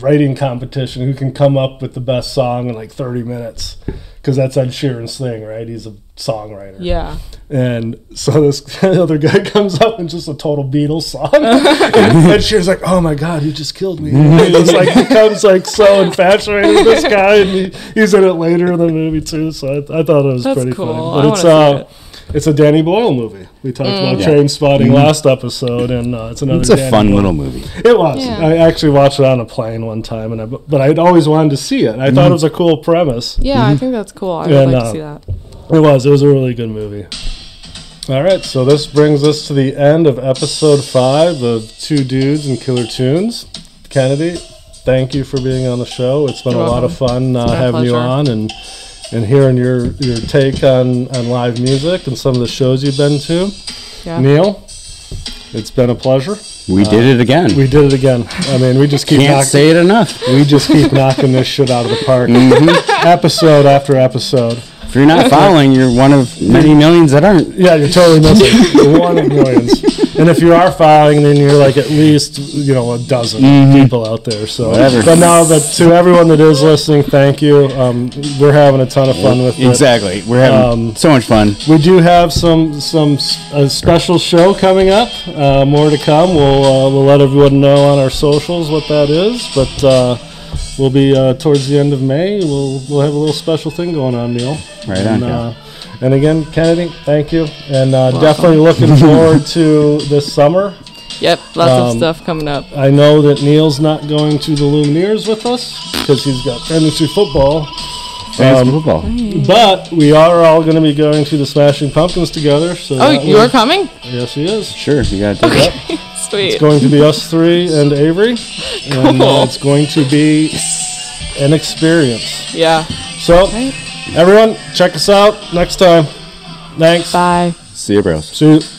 [SPEAKER 2] writing competition who can come up with the best song in like 30 minutes because that's Ed Sheeran's thing, right? He's a songwriter.
[SPEAKER 1] yeah.
[SPEAKER 2] And so this other guy comes up and just a total Beatles song. and Ed Sheeran's like, oh my God, he just killed me. And it's like, becomes like so infatuated with this guy. And he, he's in it later in the movie too. So I, I thought it was
[SPEAKER 1] That's
[SPEAKER 2] pretty
[SPEAKER 1] cool.
[SPEAKER 2] funny.
[SPEAKER 1] I
[SPEAKER 2] it's,
[SPEAKER 1] wanna see Mm.
[SPEAKER 2] uh, it's a Danny Boyle movie. We talked about
[SPEAKER 3] Yeah.
[SPEAKER 2] train spotting last episode. And uh, it's another
[SPEAKER 3] Mm-hmm. It's a
[SPEAKER 2] Danny
[SPEAKER 3] fun
[SPEAKER 2] Boyle-
[SPEAKER 3] little movie.
[SPEAKER 2] It was.
[SPEAKER 1] Yeah.
[SPEAKER 2] I actually watched it on a plane one time. and I, But I'd always wanted to see it. I
[SPEAKER 3] Mm-hmm.
[SPEAKER 2] thought it was a cool premise.
[SPEAKER 1] Yeah. I think that's cool. I would
[SPEAKER 2] Mm-hmm. Yeah,
[SPEAKER 1] like to
[SPEAKER 2] no.
[SPEAKER 1] see that.
[SPEAKER 2] It was. It was a really good movie. All right, so this brings us to the end of episode five of Two Dudes and Killer Tunes. Kennedy, thank you for being on the show. It's been
[SPEAKER 1] You're
[SPEAKER 2] a lot
[SPEAKER 1] welcome.
[SPEAKER 2] of fun uh,
[SPEAKER 1] been a
[SPEAKER 2] having you
[SPEAKER 1] pleasure.
[SPEAKER 2] on and and hearing your your take on on live music and some of the shows you've been to.
[SPEAKER 1] Yeah.
[SPEAKER 2] Neil, it's been a pleasure.
[SPEAKER 3] We did it again.
[SPEAKER 2] We
[SPEAKER 3] We
[SPEAKER 2] did it again. I mean, we just keep
[SPEAKER 3] can't
[SPEAKER 2] knocking.
[SPEAKER 3] say it Mm. enough.
[SPEAKER 2] we just keep knocking this shit out of the park, episode after episode.
[SPEAKER 3] If you're not following, you're one of many millions that aren't.
[SPEAKER 2] Yeah, you're totally missing the one in millions. And if you are filing, then you're like at least you know a dozen people out there. So,
[SPEAKER 3] Mm-hmm. Whatever.
[SPEAKER 2] but no, but to everyone that is listening, thank you. Um, we're having a ton of fun with it.
[SPEAKER 3] Exactly. We're having
[SPEAKER 2] Um,
[SPEAKER 3] so much fun.
[SPEAKER 2] We do have some some s- a special show coming up. Uh, more to come. We'll uh, we'll let everyone know on our socials what that is. But uh, we'll be uh, towards the end of May. We'll we'll have a little special thing going on, Neil.
[SPEAKER 3] Right
[SPEAKER 2] and,
[SPEAKER 3] on, yeah.
[SPEAKER 2] Uh, and again, Kennedy, thank you, and uh, definitely looking forward to this summer.
[SPEAKER 1] Yep. Lots
[SPEAKER 2] Um,
[SPEAKER 1] of stuff coming up.
[SPEAKER 2] I know that Neil's not going to the Lumineers with us because he's got fantasy football. um,
[SPEAKER 3] Fans of football.
[SPEAKER 2] But we are all going to be going to the Smashing Pumpkins together. So
[SPEAKER 1] Oh,
[SPEAKER 2] that
[SPEAKER 1] you're
[SPEAKER 2] one-
[SPEAKER 1] coming?
[SPEAKER 2] Yes, he is.
[SPEAKER 3] Sure, you got to do that.
[SPEAKER 1] Sweet.
[SPEAKER 2] It's going to be us three and Avery, and uh,
[SPEAKER 1] Cool.
[SPEAKER 2] it's going to be an experience.
[SPEAKER 1] Yeah.
[SPEAKER 2] So, everyone, check us out next time. Thanks.
[SPEAKER 1] Bye.
[SPEAKER 3] See you, bros.
[SPEAKER 2] See you.